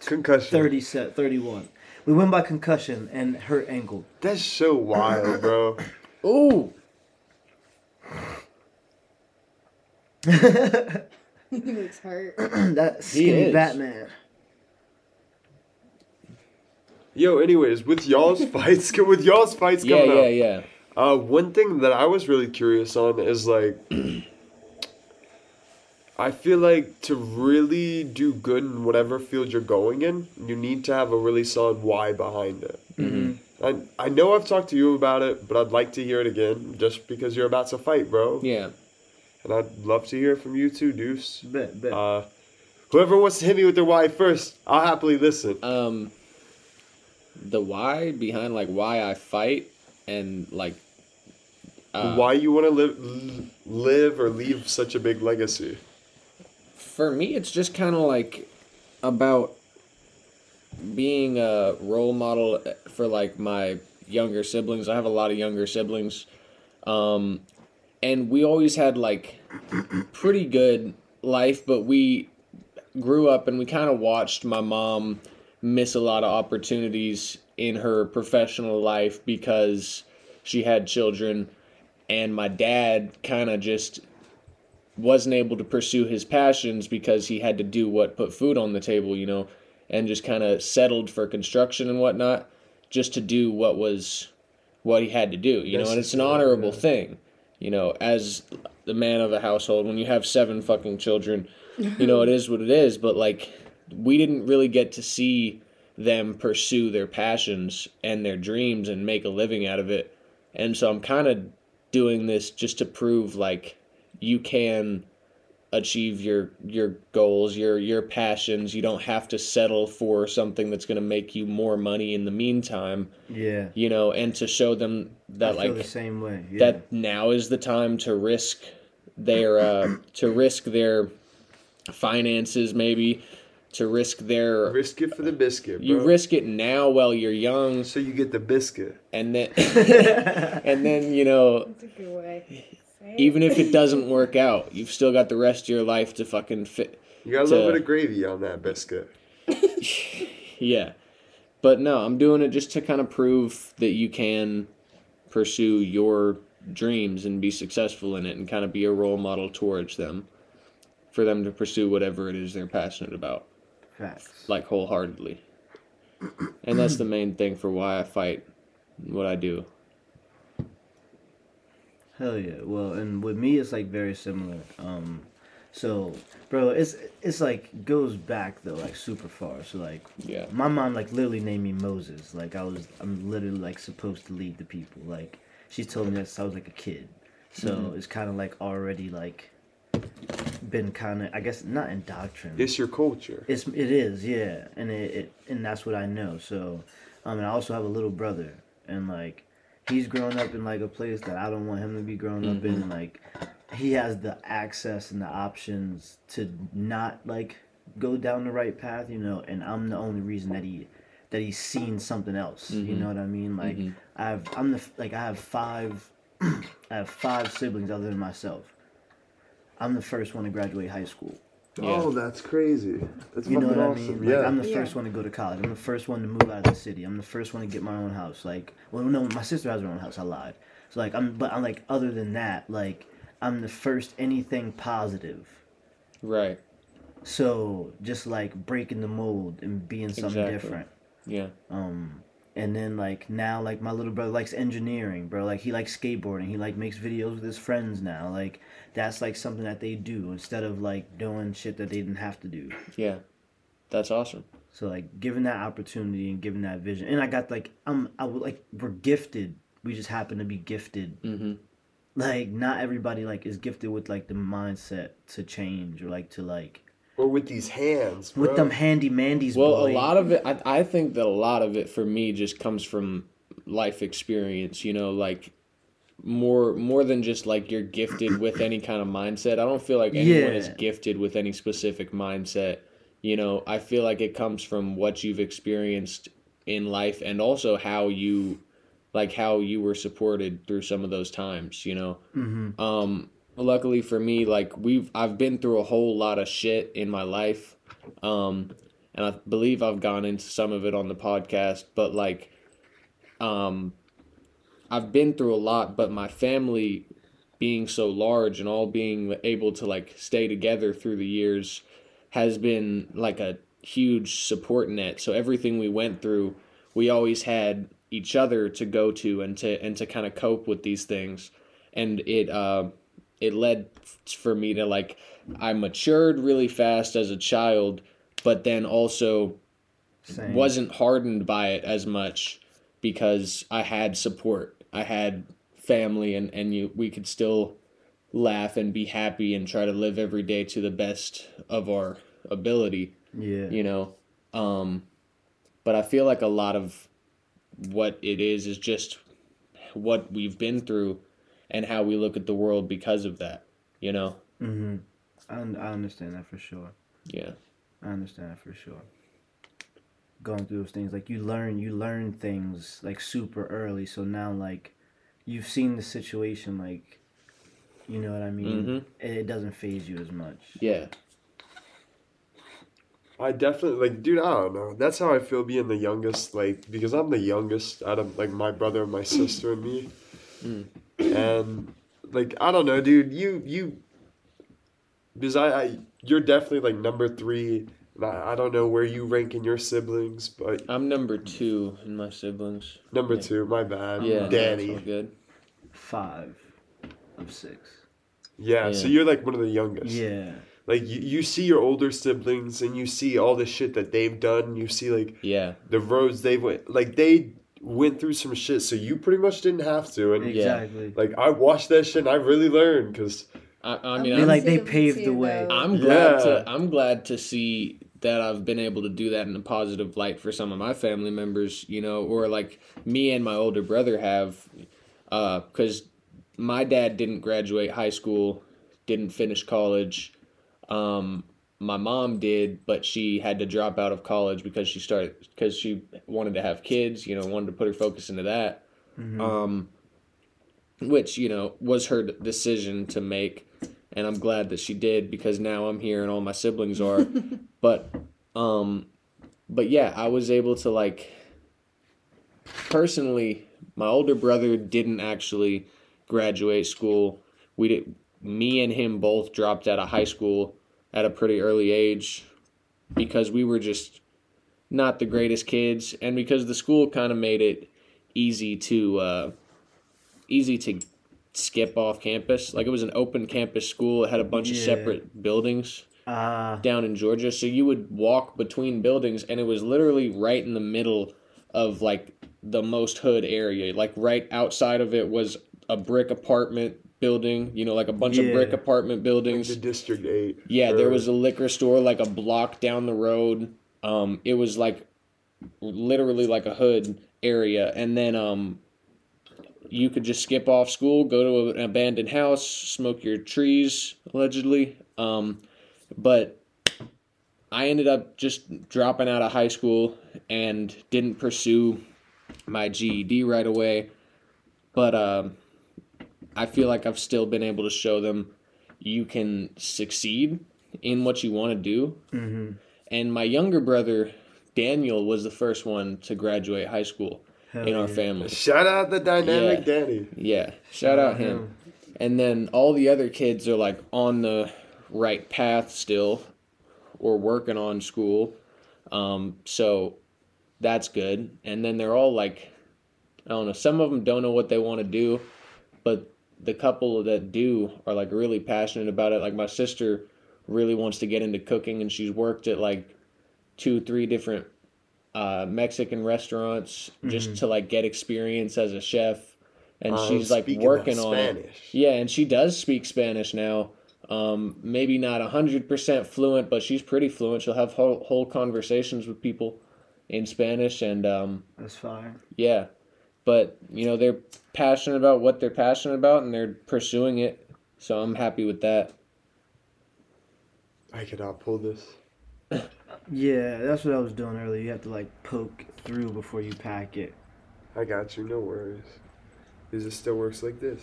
[SPEAKER 1] Concussion.
[SPEAKER 2] 30 set 31. We win by concussion and hurt ankle.
[SPEAKER 1] That's so wild, bro.
[SPEAKER 3] Ooh.
[SPEAKER 2] that
[SPEAKER 4] he looks hurt.
[SPEAKER 2] skinny
[SPEAKER 3] is.
[SPEAKER 2] Batman.
[SPEAKER 1] Yo, anyways, with y'all's fights, with y'all's fights
[SPEAKER 3] Yeah,
[SPEAKER 1] coming
[SPEAKER 3] yeah,
[SPEAKER 1] up.
[SPEAKER 3] yeah.
[SPEAKER 1] Uh, one thing that I was really curious on is like, I feel like to really do good in whatever field you're going in, you need to have a really solid why behind it. Mm-hmm. I, I know I've talked to you about it, but I'd like to hear it again just because you're about to fight, bro.
[SPEAKER 3] Yeah.
[SPEAKER 1] And I'd love to hear from you too, Deuce.
[SPEAKER 2] Bet, bet.
[SPEAKER 1] Uh, whoever wants to hit me with their why first, I'll happily listen.
[SPEAKER 3] Um the why behind like why I fight and like uh,
[SPEAKER 1] why you want to live, live or leave such a big legacy?
[SPEAKER 3] for me it's just kind of like about being a role model eh, for like my younger siblings i have a lot of younger siblings um and we always had like pretty good life but we grew up and we kind of watched my mom miss a lot of opportunities in her professional life because she had children and my dad kind of just wasn't able to pursue his passions because he had to do what put food on the table, you know, and just kind of settled for construction and whatnot just to do what was what he had to do, you know, and it's an honorable thing, you know, as the man of a household when you have seven fucking children, you know, it is what it is, but like we didn't really get to see them pursue their passions and their dreams and make a living out of it. And so I'm kind of doing this just to prove like you can achieve your your goals, your your passions. You don't have to settle for something that's going to make you more money in the meantime,
[SPEAKER 2] yeah.
[SPEAKER 3] you know, and to show them
[SPEAKER 2] I
[SPEAKER 3] that
[SPEAKER 2] feel the
[SPEAKER 3] like
[SPEAKER 2] same way. Yeah.
[SPEAKER 3] that now is the time to risk their uh, to risk their finances maybe to risk their
[SPEAKER 1] Risk it for the biscuit, bro.
[SPEAKER 3] you risk it now while you're young
[SPEAKER 1] so you get the biscuit.
[SPEAKER 3] and then and then you know
[SPEAKER 4] That's a good way. to say it.
[SPEAKER 3] even if it doesn't work out you've still got the rest of your life to fucking fit
[SPEAKER 1] You got a little
[SPEAKER 3] To-
[SPEAKER 1] bit of gravy on that biscuit.
[SPEAKER 3] Yeah. But no, I'm doing it just to kind of prove that you can pursue your dreams and be successful in it and kind of be a role model towards them for them to pursue whatever it is they're passionate about,
[SPEAKER 2] Facts.
[SPEAKER 3] like wholeheartedly. And that's the main thing for why I fight and what I do.
[SPEAKER 2] Hell yeah. Well, and with me, it's like very similar. Um, so, bro, it's it's like goes back though, like super far. So like,
[SPEAKER 3] Yeah.
[SPEAKER 2] my mom like literally named me Moses. Like I was, I'm literally like supposed to lead the people. Like she told me that since I was like a kid. So
[SPEAKER 3] Mm-hmm.
[SPEAKER 2] it's kind of like already like been kind of, I guess, not indoctrinated.
[SPEAKER 1] It's your culture.
[SPEAKER 2] It's it is yeah, and it, it and that's what I know. So, um, and I also have a little brother, and like, he's grown up in like a place that I don't want him to be grown up in. Like, he has the access and the options to not like go down the right path, you know, and I'm the only reason that he that he's seen something else. You know what I mean? Like I have I'm the f- like I have five I have five siblings other than myself. I'm the first one to graduate high school.
[SPEAKER 1] Oh, that's crazy. That's
[SPEAKER 2] You know
[SPEAKER 1] fucking
[SPEAKER 2] what
[SPEAKER 1] awesome.
[SPEAKER 2] I mean? Like,
[SPEAKER 1] yeah.
[SPEAKER 2] I'm the
[SPEAKER 4] Yeah.
[SPEAKER 2] first one to go to college. I'm the first one to move out of the city. I'm the first one to get my own house. Like, well, no, my sister has her own house. I lied. So like, I'm but I'm like, other than that, like, I'm the first anything positive.
[SPEAKER 3] Right.
[SPEAKER 2] So just like breaking the mold and being something
[SPEAKER 3] Exactly.
[SPEAKER 2] different.
[SPEAKER 3] Yeah.
[SPEAKER 2] Um, and then like now, like my little brother likes engineering, bro. Like he likes skateboarding. He like makes videos with his friends now. Like that's like something that they do instead of like doing shit that they didn't have to do.
[SPEAKER 3] Yeah. That's awesome.
[SPEAKER 2] So like given that opportunity and given that vision, and I got like I'm I would like we're gifted. We just happen to be gifted.
[SPEAKER 3] Mm-hmm.
[SPEAKER 2] Like not everybody like is gifted with like the mindset to change or like to like
[SPEAKER 1] or with these hands. Bro.
[SPEAKER 2] with them handy mandies.
[SPEAKER 3] Well,
[SPEAKER 2] boy.
[SPEAKER 3] a lot of it, I, I think that a lot of it for me just comes from life experience, you know, like more more than just like you're gifted with any kind of mindset. I don't feel like anyone is
[SPEAKER 2] Yeah.
[SPEAKER 3] gifted with any specific mindset. You know, I feel like it comes from what you've experienced in life and also how you like how you were supported through some of those times, you know. Mm-hmm. Um luckily for me like we've I've been through a whole lot of shit in my life. Um and I believe I've gone into some of it on the podcast, but like um I've been through a lot, but my family being so large and all being able to like stay together through the years has been like a huge support net. So everything we went through, we always had each other to go to and to and to kind of cope with these things, and it uh, it led f- for me to like I matured really fast as a child, but then also
[SPEAKER 2] Same.
[SPEAKER 3] wasn't hardened by it as much because I had support. I had family and, and you we could still laugh and be happy and try to live every day to the best of our ability,
[SPEAKER 2] yeah.
[SPEAKER 3] you know. Um but I feel like a lot of what it is is just what we've been through and how we look at the world because of that, you know.
[SPEAKER 2] Mm-hmm. I, un- I understand that for sure.
[SPEAKER 3] Yeah.
[SPEAKER 2] I understand that for sure. Going through those things, like you learn, you learn things like super early. So now, like, you've seen the situation, like, you know what I mean.
[SPEAKER 3] Mhm.
[SPEAKER 2] It, it doesn't phase you as much.
[SPEAKER 3] Yeah.
[SPEAKER 1] I definitely like, dude. I don't know. That's how I feel being the youngest, like because I'm the youngest out of like my brother, my sister, and me.
[SPEAKER 3] Mm.
[SPEAKER 1] And like I don't know, dude. You you because I, I you're definitely like number three. and I, I don't know where you rank in your siblings, but
[SPEAKER 3] I'm number 2 in my siblings.
[SPEAKER 1] number
[SPEAKER 3] Yeah.
[SPEAKER 1] two, my bad,
[SPEAKER 3] Yeah. that's all
[SPEAKER 1] Danny.
[SPEAKER 3] good.
[SPEAKER 2] Five of six.
[SPEAKER 1] Yeah, so
[SPEAKER 3] Yeah.
[SPEAKER 1] you're like one of the youngest.
[SPEAKER 2] Yeah,
[SPEAKER 1] Like you, you see your older siblings and you see all the shit that they've done. You see like
[SPEAKER 3] Yeah.
[SPEAKER 1] the roads they went like they went through some shit so you pretty much didn't have to and
[SPEAKER 2] exactly.
[SPEAKER 1] like i watched that shit and i really learned because
[SPEAKER 3] I, I mean,
[SPEAKER 2] They
[SPEAKER 3] I'm,
[SPEAKER 2] like- they
[SPEAKER 4] Too,
[SPEAKER 2] paved the
[SPEAKER 4] too,
[SPEAKER 2] way.
[SPEAKER 4] though.
[SPEAKER 3] I'm glad
[SPEAKER 1] Yeah.
[SPEAKER 3] to I'm glad to see that I've been able to do that in a positive light for some of my family members, you know, or like me and my older brother have, because my dad didn't graduate high school, didn't finish college. Um, my mom did, but she had to drop out of college because she started because she wanted to have kids, you know, wanted to put her focus into that. Um, which you know was her decision to make and I'm glad that she did because now I'm here and all my siblings are. but um but yeah, I was able to like personally my older brother didn't actually graduate school. We did me and him both dropped out of high school at a pretty early age because we were just not the greatest kids and because the school kind of made it easy to uh easy to skip off campus. Like it was an open campus school. It had a bunch of
[SPEAKER 2] Yeah.
[SPEAKER 3] separate buildings
[SPEAKER 2] Ah,
[SPEAKER 3] down in Georgia. So you would walk between buildings and it was literally right in the middle of like the most hood area. Like right outside of it was a brick apartment building, you know, like a bunch of brick
[SPEAKER 2] Yeah.
[SPEAKER 3] apartment buildings.
[SPEAKER 1] the district eight
[SPEAKER 3] Yeah, there
[SPEAKER 1] or-
[SPEAKER 3] was a liquor store like a block down the road. Um, it was like literally like a hood area, and then um, you could just skip off school, go to an abandoned house, smoke your trees allegedly. Um, but I ended up just dropping out of high school and didn't pursue my GED right away. But um, I feel like I've still been able to show them you can succeed in what you want to do.
[SPEAKER 2] Mm-hmm.
[SPEAKER 3] And my younger brother, Daniel, was the first one to graduate high school
[SPEAKER 2] Hell
[SPEAKER 3] in our
[SPEAKER 2] yeah.
[SPEAKER 3] family.
[SPEAKER 1] Shout out the dynamic
[SPEAKER 3] Yeah.
[SPEAKER 1] Danny.
[SPEAKER 3] Yeah, shout out him. And then all the other kids are like on the right path still, or working on school. Um, so that's good. And then they're all like, I don't know. Some of them don't know what they want to do, but the couple that do are like really passionate about it. Like my sister really wants to get into cooking, and she's worked at like two, three different uh, Mexican restaurants just
[SPEAKER 1] Mm-hmm.
[SPEAKER 3] to like get experience as a chef. And
[SPEAKER 1] Oh,
[SPEAKER 3] she's like
[SPEAKER 1] speaking of
[SPEAKER 3] working on it.
[SPEAKER 1] Spanish.
[SPEAKER 3] Yeah, and she does speak Spanish now. Um, maybe not hundred percent fluent, but she's pretty fluent. She'll have whole, whole conversations with people in Spanish, and um,
[SPEAKER 2] That's fire.
[SPEAKER 3] yeah, but you know they're passionate about what they're passionate about, and they're pursuing it. So I'm happy with that.
[SPEAKER 1] I cannot pull this.
[SPEAKER 2] Yeah, that's what I was doing earlier. You have to like poke through before you pack it.
[SPEAKER 1] I got you. No worries. Because it still works like this.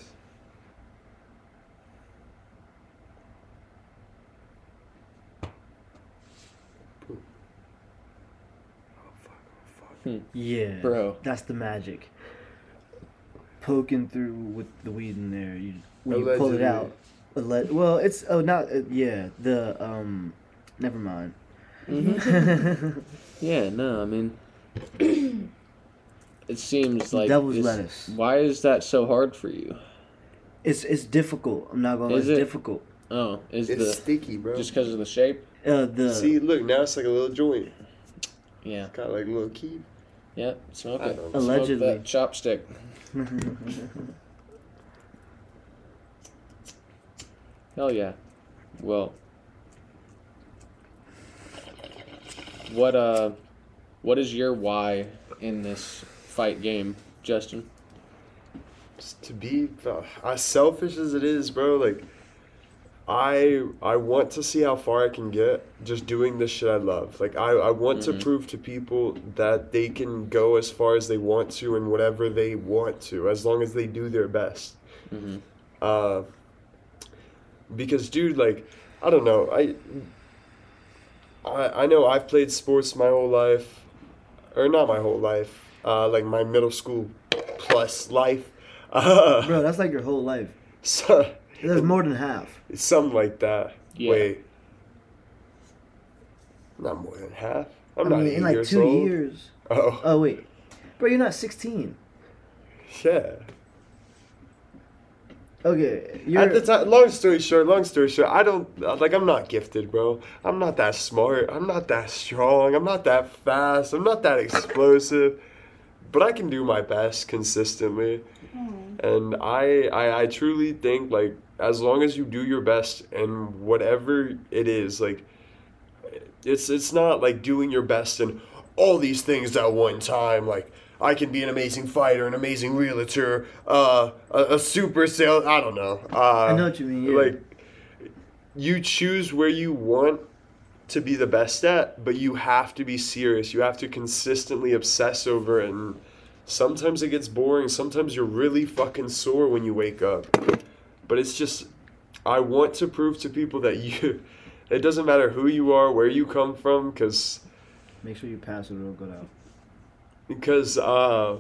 [SPEAKER 1] Boom. Oh, fuck. Oh, fuck.
[SPEAKER 2] Yeah,
[SPEAKER 3] Bro.
[SPEAKER 2] that's the magic. Poking through with the weed in there, you when you pull it
[SPEAKER 1] Allegedly.
[SPEAKER 2] out. Alle- well, it's oh not uh, yeah the um, never mind.
[SPEAKER 3] Mm-hmm. Yeah, no, I mean, it seems like
[SPEAKER 2] Devil's
[SPEAKER 3] it's-
[SPEAKER 2] lettuce.
[SPEAKER 3] Why is that so hard for you?
[SPEAKER 2] It's it's difficult. I'm not gonna. lie,
[SPEAKER 3] Is
[SPEAKER 2] it's
[SPEAKER 3] it?
[SPEAKER 2] difficult.
[SPEAKER 3] Oh, is
[SPEAKER 1] It's
[SPEAKER 3] the
[SPEAKER 1] sticky, bro.
[SPEAKER 3] just because of the shape?
[SPEAKER 2] Uh, the
[SPEAKER 1] See, look, now it's like a little joint.
[SPEAKER 3] Yeah,
[SPEAKER 1] Kind of like a little key.
[SPEAKER 3] yeah, smoke
[SPEAKER 1] I
[SPEAKER 3] it.
[SPEAKER 1] don't
[SPEAKER 3] Smoke
[SPEAKER 2] Allegedly.
[SPEAKER 3] that chopstick. Hell yeah. Well, what uh, what is your why in this fight game, Justin?
[SPEAKER 1] Just to be uh, as selfish as it is, bro. Like, I I want to see how far I can get just doing this shit I love. Like, I I want to prove to people that they can go as far as they want to and whatever they want to, as long as they do their best. Uh, because dude, like, I don't know, I. I, I know I've played sports my whole life, or not my whole life, uh, like my middle school plus life. Uh,
[SPEAKER 2] bro, that's like your whole life.
[SPEAKER 1] so,
[SPEAKER 2] That's more than half.
[SPEAKER 1] something like that.
[SPEAKER 3] Yeah.
[SPEAKER 1] Wait. Not more than half. I'm
[SPEAKER 2] I
[SPEAKER 1] not
[SPEAKER 2] mean,
[SPEAKER 1] eight
[SPEAKER 2] in like
[SPEAKER 1] years
[SPEAKER 2] two
[SPEAKER 1] old.
[SPEAKER 2] years.
[SPEAKER 1] Oh,
[SPEAKER 2] Oh wait, bro, you're not 16.
[SPEAKER 1] yeah.
[SPEAKER 2] Okay, you're
[SPEAKER 1] At the time, long story short, long story short, I don't like. I'm not gifted, bro. I'm not that smart. I'm not that strong. I'm not that fast. I'm not that explosive. But I can do my best consistently.
[SPEAKER 4] Oh,
[SPEAKER 1] and I, I i truly think like as long as you do your best and whatever it is like it's it's not like doing your best in all these things at one time like i can be an amazing fighter an amazing realtor uh a, a super sales i don't know uh
[SPEAKER 2] I know what you mean, yeah.
[SPEAKER 1] like you choose where you want to be the best at, but you have to be serious. You have to consistently obsess over it. And sometimes it gets boring. Sometimes you're really fucking sore when you wake up. But it's just, I want to prove to people that you, it doesn't matter who you are, where you come from, because
[SPEAKER 2] Make sure you pass it or it'll go out.
[SPEAKER 1] because uh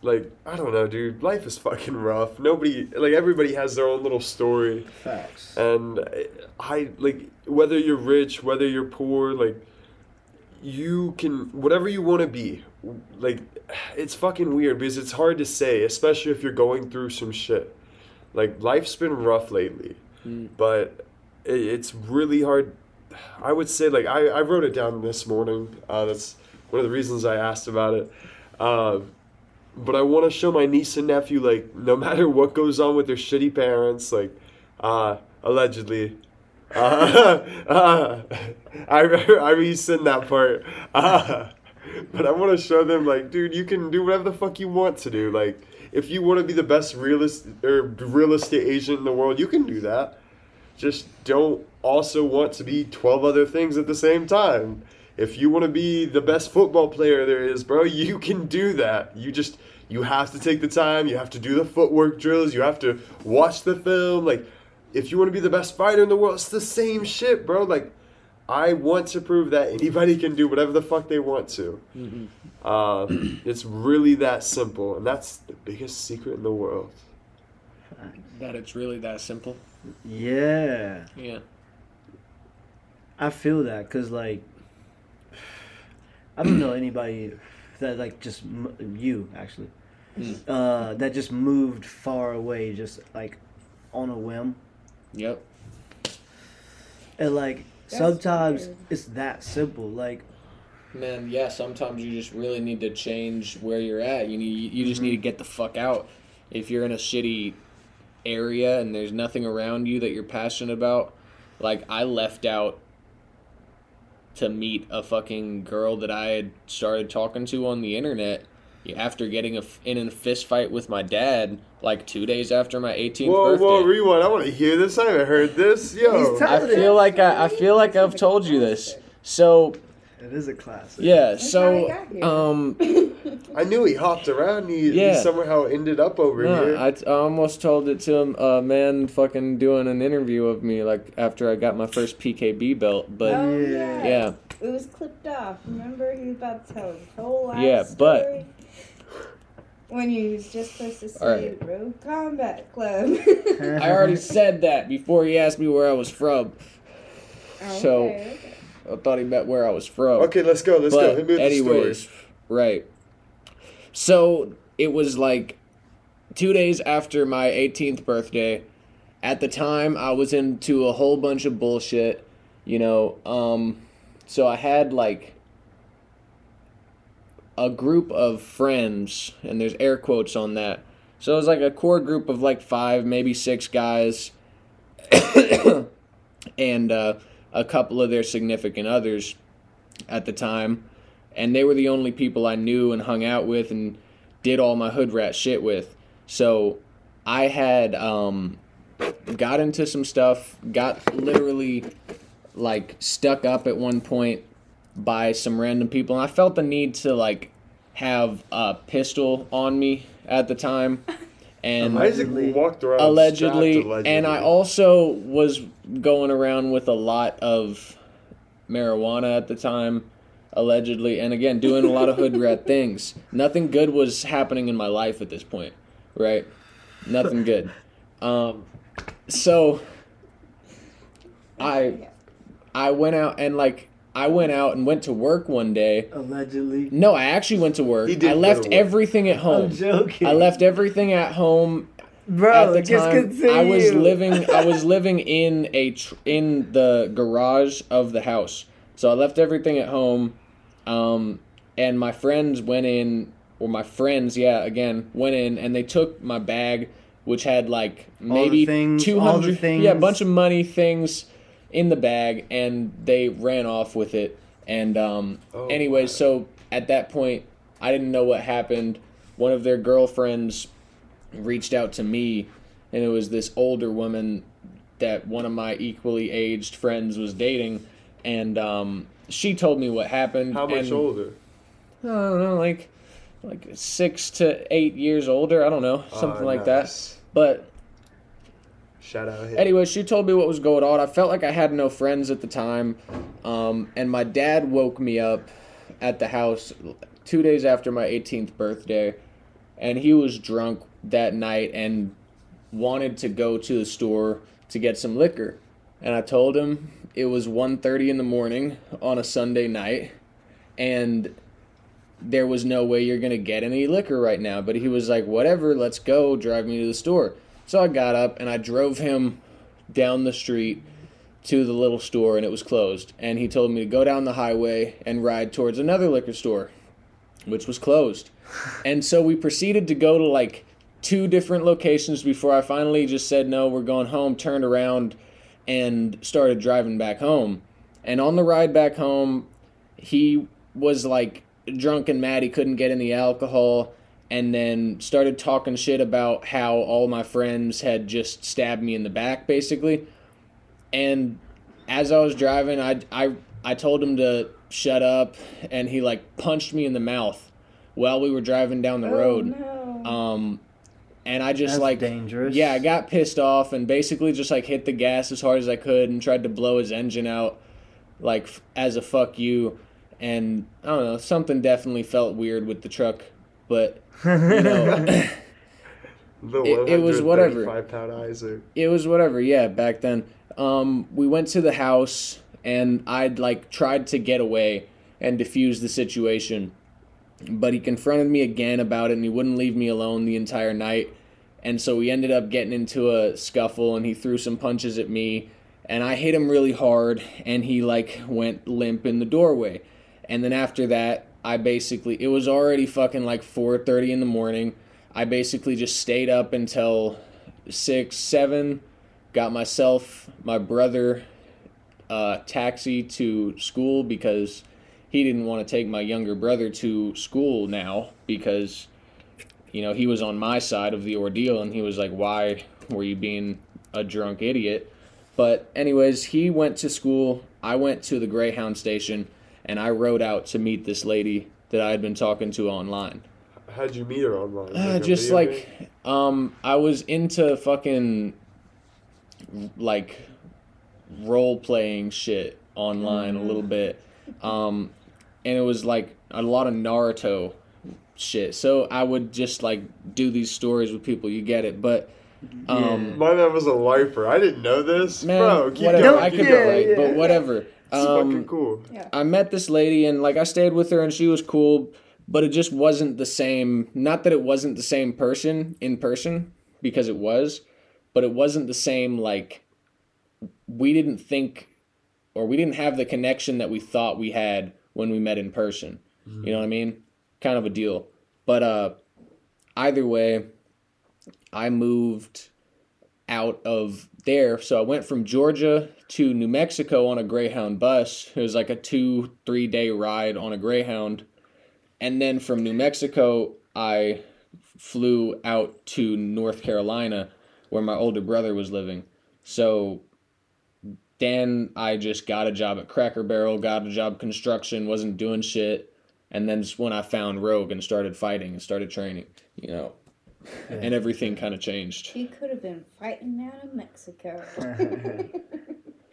[SPEAKER 1] like i don't know dude life is fucking rough nobody like everybody has their own little story
[SPEAKER 2] Facts.
[SPEAKER 1] and I like whether you're rich, whether you're poor, like you can whatever you want to be. Like it's fucking weird because it's hard to say, especially if you're going through some shit. Like life's been rough lately, but it, it's really hard. I would say like I, I wrote it down this morning. Uh, that's one of the reasons I asked about it. Uh, but I want to show my niece and nephew like no matter what goes on with their shitty parents, like uh, allegedly. Uh, uh, I re- I rescind that part. Uh, but I want to show them like, dude, you can do whatever the fuck you want to do. Like, er, if you want to be the best realist or real estate agent in the world, you can do that. just don't also want to be 12 other things at the same time. If you want to be the best football player there is, bro, you can do that. You just you have to take the time, you have to do the footwork drills, you have to watch the film. Like if you want to be the best fighter in the world, it's the same shit, bro. Like I want to prove that anybody can do whatever the fuck they want to. Uh, it's really that simple, and that's the biggest secret in the world.
[SPEAKER 3] That it's really that simple.
[SPEAKER 2] Yeah,
[SPEAKER 3] Yeah.
[SPEAKER 2] I feel that because like I don't know anybody that like just m- you actually
[SPEAKER 3] Hmm.
[SPEAKER 2] uh, that just moved far away just like on a whim
[SPEAKER 3] Yep.
[SPEAKER 2] and like
[SPEAKER 4] That's
[SPEAKER 2] sometimes
[SPEAKER 4] weird.
[SPEAKER 2] it's that simple like
[SPEAKER 3] Man, yeah, sometimes you just really need to change where you're at. You need, you just need to
[SPEAKER 4] Mm-hmm.
[SPEAKER 3] get the fuck out. If you're in a shitty area and there's nothing around you that you're passionate about, like I left out to meet a fucking girl that I had started talking to on the internet after getting a f- in a fist fight with my dad like 2 days after my 18th
[SPEAKER 1] Whoa,
[SPEAKER 3] birthday.
[SPEAKER 1] whoa, rewind! I want to hear this. I haven't heard this. Yo,
[SPEAKER 2] He's t-
[SPEAKER 3] I feel like I, I feel like I've told you this. So,
[SPEAKER 2] it is a classic
[SPEAKER 3] yeah,
[SPEAKER 4] how
[SPEAKER 3] so
[SPEAKER 4] I got here.
[SPEAKER 3] um
[SPEAKER 1] I knew he hopped around. He, he
[SPEAKER 3] Yeah.
[SPEAKER 1] somehow ended up over here.
[SPEAKER 3] No, I, t- I almost told it to him, uh, man, fucking doing an interview of me, like, after I got my first PKB belt. But,
[SPEAKER 4] Oh
[SPEAKER 2] Yeah.
[SPEAKER 4] yeah.
[SPEAKER 3] yeah,
[SPEAKER 4] It was clipped off. Remember, he was about to tell his whole life
[SPEAKER 3] Yeah, but-
[SPEAKER 4] story when he was just supposed to
[SPEAKER 3] All
[SPEAKER 4] say
[SPEAKER 3] right.
[SPEAKER 4] "Road Combat Club."
[SPEAKER 3] I already said that before he asked me where I was from. So-
[SPEAKER 4] Okay, okay.
[SPEAKER 3] I thought he meant where I was from.
[SPEAKER 1] okay, let's go. Let's go.
[SPEAKER 3] but,
[SPEAKER 1] Hit me with
[SPEAKER 3] anyways,
[SPEAKER 1] the story.
[SPEAKER 3] right. So, it was like two days after my 18th birthday. At the time, I was into a whole bunch of bullshit, you know. Um, so, I had, like, a group of friends, and there's air quotes on that. So it was like a core group of like five, maybe six guys, and uh, a couple of their significant others at the time. And they were the only people I knew and hung out with and did all my hood rat shit with. So I had um, got into some stuff, got literally like stuck up at one point by some random people and i felt the need to like have a pistol on me at the time and
[SPEAKER 1] Isaac
[SPEAKER 2] Allegedly.
[SPEAKER 1] walked around
[SPEAKER 3] allegedly,
[SPEAKER 1] strapped, allegedly.
[SPEAKER 3] and i also was going around with a lot of marijuana at the time allegedly and again doing a lot of hood rat things nothing good was happening in my life at this point right nothing good um so i
[SPEAKER 4] Yeah.
[SPEAKER 3] I went out and like I went out and went to work one day.
[SPEAKER 2] allegedly
[SPEAKER 3] No, I actually went to work.
[SPEAKER 1] He did
[SPEAKER 3] I
[SPEAKER 1] go
[SPEAKER 3] left
[SPEAKER 1] to work.
[SPEAKER 3] everything at
[SPEAKER 2] I'm
[SPEAKER 3] home.
[SPEAKER 2] joking
[SPEAKER 3] I left everything at home
[SPEAKER 2] bro
[SPEAKER 3] at the
[SPEAKER 2] just
[SPEAKER 3] time.
[SPEAKER 2] continue
[SPEAKER 3] I was living I was living in a tr- in the garage of the house. So I left everything at home um and my friends went in or my friends, yeah, again, went in and they took my bag which had like
[SPEAKER 2] the
[SPEAKER 3] maybe
[SPEAKER 2] things, all
[SPEAKER 3] 200
[SPEAKER 2] the things.
[SPEAKER 3] yeah, a bunch of money things in the bag and they ran off with it. And um
[SPEAKER 1] Oh,
[SPEAKER 3] anyway,
[SPEAKER 1] wow.
[SPEAKER 3] so at that point I didn't know what happened. One of their girlfriends reached out to me and it was this older woman that one of my equally aged friends was dating and um, she told me what happened
[SPEAKER 1] how much
[SPEAKER 3] and,
[SPEAKER 1] older?
[SPEAKER 3] i don't know like like six to eight years older i don't know something
[SPEAKER 1] Ah,
[SPEAKER 3] like
[SPEAKER 1] nice.
[SPEAKER 3] that but
[SPEAKER 1] Shout out. Him.
[SPEAKER 3] anyway she told me what was going on i felt like i had no friends at the time um, and my dad woke me up at the house two days after my 18th birthday and he was drunk that night and wanted to go to the store to get some liquor and i told him it was 1.30 in the morning on a sunday night and there was no way you're gonna get any liquor right now but he was like whatever let's go drive me to the store so i got up and i drove him down the street to the little store and it was closed and he told me to go down the highway and ride towards another liquor store which was closed and so we proceeded to go to like two different locations before I finally just said, no, we're going home, turned around, and started driving back home. And on the ride back home, he was like drunk and mad. He couldn't get any alcohol. And then started talking shit about how all my friends had just stabbed me in the back, basically. and as I was driving, I I I told him to shut up, and he like punched me in the mouth while we were driving down the road.
[SPEAKER 4] Oh, no.
[SPEAKER 3] Um, and I just
[SPEAKER 2] That's
[SPEAKER 3] like
[SPEAKER 2] dangerous.
[SPEAKER 3] yeah, I got pissed off and basically just like hit the gas as hard as I could and tried to blow his engine out, like f- as a fuck you. And I don't know, something definitely felt weird with the truck, but you know,
[SPEAKER 1] The
[SPEAKER 3] It- it was whatever.
[SPEAKER 1] Five pound Isaac.
[SPEAKER 3] it was whatever. Yeah, back then, um, we went to the house and I'd like tried to get away and defuse the situation, but he confronted me again about it and he wouldn't leave me alone the entire night. And so we ended up getting into a scuffle and he threw some punches at me and I hit him really hard and he like went limp in the doorway. And then after that, I basically it was already fucking like 4:30 in the morning. I basically just stayed up until 6 7 got myself my brother uh, taxi to school because he didn't want to take my younger brother to school now because you know he was on my side of the ordeal and he was like why were you being a drunk idiot but anyways he went to school i went to the greyhound station and i rode out to meet this lady that i had been talking to online
[SPEAKER 1] How'd you meet her online?
[SPEAKER 3] uh,
[SPEAKER 1] a
[SPEAKER 3] just
[SPEAKER 1] video
[SPEAKER 3] like
[SPEAKER 1] game?
[SPEAKER 3] um I was into fucking like role playing shit online a
[SPEAKER 1] Mm.
[SPEAKER 3] little bit. Um and it was like a lot of Naruto shit. So I would just like do these stories with people, you get it, but um
[SPEAKER 1] My man was a lifer. I didn't know this.
[SPEAKER 3] man,
[SPEAKER 1] Bro, keep
[SPEAKER 3] whatever.
[SPEAKER 1] going.
[SPEAKER 3] I
[SPEAKER 1] keep
[SPEAKER 3] could
[SPEAKER 1] going.
[SPEAKER 3] relate,
[SPEAKER 1] It's
[SPEAKER 3] but whatever.
[SPEAKER 1] fucking
[SPEAKER 3] Um,
[SPEAKER 1] cool.
[SPEAKER 3] I met this lady and like I stayed with her and she was cool, but it just wasn't the same. Not that it wasn't the same person in person because it was, but it wasn't the same like we didn't think or we didn't have the connection that we thought we had when we met in person. You know what I mean? Kind of a deal. But uh either way, I moved out of there. So I went from Georgia to New Mexico on a Greyhound bus. It was like a two, three day ride on a Greyhound. And then from New Mexico, I flew out to North Carolina where my older brother was living. So then I just got a job at Cracker Barrel, got a job construction, wasn't doing shit. And then it's when I found Rogue and started fighting and started training, you know, and everything kind of changed.
[SPEAKER 4] She could have been fighting out of Mexico.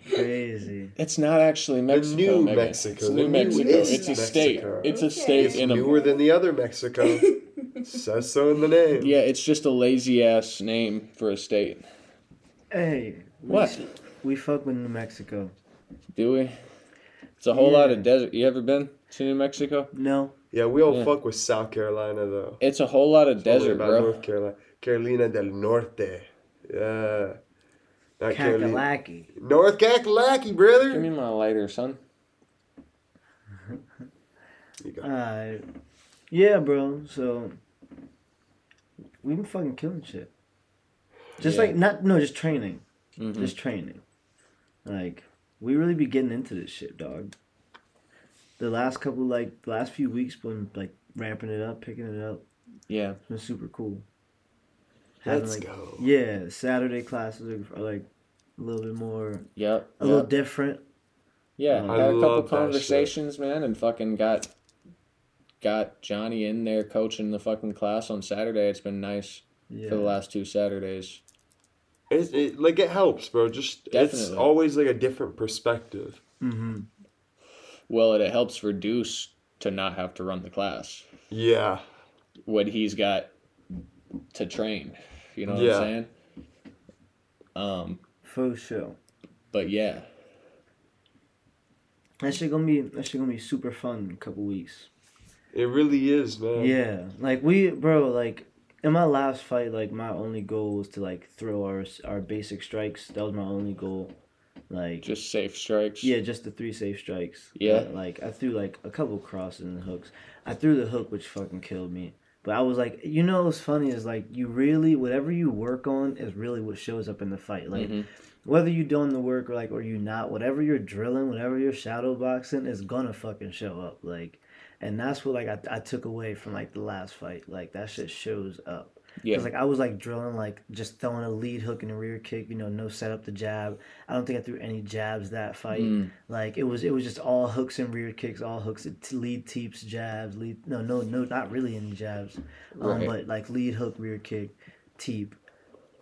[SPEAKER 2] Crazy.
[SPEAKER 3] It's not actually Mexico.
[SPEAKER 1] new
[SPEAKER 3] Megan.
[SPEAKER 1] Mexico.
[SPEAKER 3] It's
[SPEAKER 1] The
[SPEAKER 3] New
[SPEAKER 1] new
[SPEAKER 3] Mexico.
[SPEAKER 1] is
[SPEAKER 3] It's a
[SPEAKER 1] Mexico.
[SPEAKER 3] state. It's a
[SPEAKER 4] Okay.
[SPEAKER 3] state
[SPEAKER 4] It's
[SPEAKER 3] in a.
[SPEAKER 1] Newer than the other Mexico. Says so in the name.
[SPEAKER 3] Yeah, it's just a lazy ass name for a state.
[SPEAKER 2] Hey, we-
[SPEAKER 3] What?
[SPEAKER 2] We fuck with New Mexico.
[SPEAKER 3] Do we? It's a whole lot of
[SPEAKER 2] Yeah.
[SPEAKER 3] desert. You ever been to New Mexico?
[SPEAKER 2] No.
[SPEAKER 1] Yeah, we all
[SPEAKER 3] Yeah.
[SPEAKER 1] fuck with South Carolina though.
[SPEAKER 3] It's a whole lot of
[SPEAKER 1] Only
[SPEAKER 3] desert,
[SPEAKER 1] about
[SPEAKER 3] bro.
[SPEAKER 1] North Carolina, Carolina del Norte. Yeah, not Carolina.
[SPEAKER 2] Kakalaki.
[SPEAKER 1] North Kakalaki, brother.
[SPEAKER 3] Give me my lighter, son.
[SPEAKER 1] You got-
[SPEAKER 3] Uh,
[SPEAKER 2] Alright. Yeah, bro. So we've been fucking killing shit. Just
[SPEAKER 3] Yeah.
[SPEAKER 2] like not no, just training.
[SPEAKER 3] Mhm.
[SPEAKER 1] Mm-hmm.
[SPEAKER 2] Just training. Like we really be getting into this shit, dog. The last couple like the last few weeks been like ramping it up, picking it up.
[SPEAKER 3] Yeah.
[SPEAKER 2] It's been super cool. Having,
[SPEAKER 1] Let's
[SPEAKER 2] like,
[SPEAKER 1] go.
[SPEAKER 2] Yeah, Saturday classes are, are like a little bit more,
[SPEAKER 3] Yep.
[SPEAKER 2] a little
[SPEAKER 3] yep.
[SPEAKER 2] different.
[SPEAKER 3] Yeah.
[SPEAKER 2] I
[SPEAKER 3] Had a couple
[SPEAKER 1] love that shit.
[SPEAKER 3] conversations, man, and fucking got got Johnny in there coaching the fucking class on Saturday. It's been nice
[SPEAKER 2] Yeah.
[SPEAKER 3] for the last two Saturdays.
[SPEAKER 1] It's, it, like it helps, bro. Just it's
[SPEAKER 3] Definitely.
[SPEAKER 1] always like a different perspective.
[SPEAKER 2] hmm
[SPEAKER 3] Well, it helps reduce to not have to run the class
[SPEAKER 1] Yeah,
[SPEAKER 3] when he's got to train. You know what
[SPEAKER 1] Yeah.
[SPEAKER 3] I'm saying? Um,
[SPEAKER 2] For sure.
[SPEAKER 3] but yeah,
[SPEAKER 2] That shit gonna be that shit gonna be super fun in a couple weeks.
[SPEAKER 1] it really is, man.
[SPEAKER 2] Yeah, like we, bro, like in my last fight, like my only goal was to like throw our our basic strikes. That was my only goal. Like
[SPEAKER 3] just safe strikes.
[SPEAKER 2] yeah, just the three safe strikes.
[SPEAKER 3] Yeah.
[SPEAKER 2] like I threw like a couple crosses and hooks. I threw the hook, which fucking killed me. But I was like, you know, what's funny is like you really whatever you work on is really what shows up in the fight. Like
[SPEAKER 3] Mhm.
[SPEAKER 2] whether you're doing the work or like or you not, whatever you're drilling, whatever you're shadow boxing is gonna fucking show up. Like, and that's what like I, I took away from like the last fight. Like that shit shows up.
[SPEAKER 3] Yeah.
[SPEAKER 2] 'Cause, like I was like drilling, like just throwing a lead hook and a rear kick. You know, no setup to jab. I don't think I threw any jabs that fight.
[SPEAKER 3] Mm,
[SPEAKER 2] Like it was, it was just all hooks and rear kicks, all hooks, t- lead teeps, jabs, lead. No, no, no, not really any jabs. Um,
[SPEAKER 3] Right.
[SPEAKER 2] but like lead hook, rear kick, teep,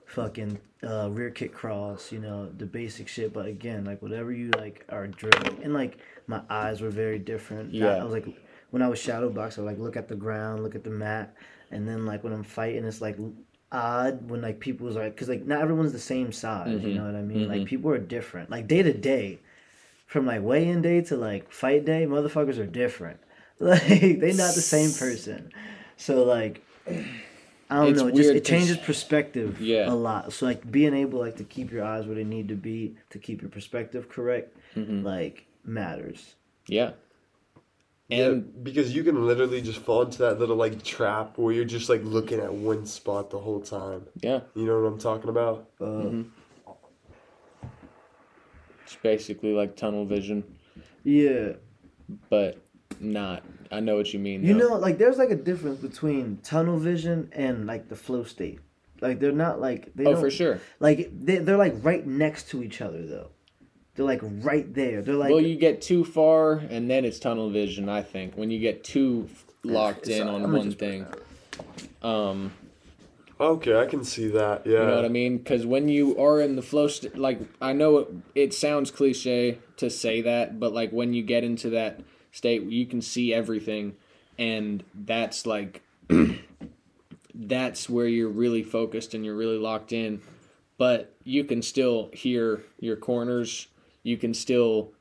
[SPEAKER 2] fucking uh, rear kick cross, you know, the basic shit. But again, like whatever you like are drilling, and like my eyes were very different. I- I,
[SPEAKER 3] Yeah.
[SPEAKER 2] was like, when I was shadow box, I would, like look at the ground, look at the mat, and then like when I'm fighting, it's like odd when like people's like, cause like not everyone's the same size.
[SPEAKER 3] Mm-hmm.
[SPEAKER 2] You know what I mean? Like people are different. Like day to day, from like weigh-in day to like fight day, motherfuckers are different. Like they not the same person. So like. I don't
[SPEAKER 3] It's
[SPEAKER 2] know. It just
[SPEAKER 3] weird
[SPEAKER 2] it
[SPEAKER 3] 'cause-
[SPEAKER 2] changes perspective
[SPEAKER 3] Yeah.
[SPEAKER 2] a lot. So like being able like to keep your eyes where they need to be to keep your perspective correct,
[SPEAKER 3] Mm-hmm.
[SPEAKER 2] like matters.
[SPEAKER 3] Yeah.
[SPEAKER 1] Yeah,
[SPEAKER 3] And
[SPEAKER 1] because you can literally just fall into that little like trap where you're just like looking at one spot the whole time.
[SPEAKER 3] yeah,
[SPEAKER 1] You know what I'm talking about?
[SPEAKER 2] Uh,
[SPEAKER 3] Mm-hmm. it's basically like tunnel vision,
[SPEAKER 2] Yeah,
[SPEAKER 3] but not. I know what you mean.
[SPEAKER 2] you
[SPEAKER 3] though.
[SPEAKER 2] know, like there's like a difference between tunnel vision and like the flow state. Like they're not like they
[SPEAKER 3] Oh,
[SPEAKER 2] don't,
[SPEAKER 3] for sure.
[SPEAKER 2] Like they they're like right next to each other though. They're like right there. They're like
[SPEAKER 3] well, you get too far, and then it's tunnel vision. I think when you get too f- locked
[SPEAKER 2] it's-
[SPEAKER 3] in
[SPEAKER 2] I'm
[SPEAKER 3] on
[SPEAKER 2] gonna
[SPEAKER 3] one
[SPEAKER 2] just put
[SPEAKER 3] thing. Um,
[SPEAKER 1] Okay, I can see that. Yeah.
[SPEAKER 3] You know what I mean? Because when you are in the flow, st- like I know it, it sounds cliche to say that, but like when you get into that state, you can see everything, and that's like that's where you're really focused and you're really locked in. But you can still hear your corners. You can still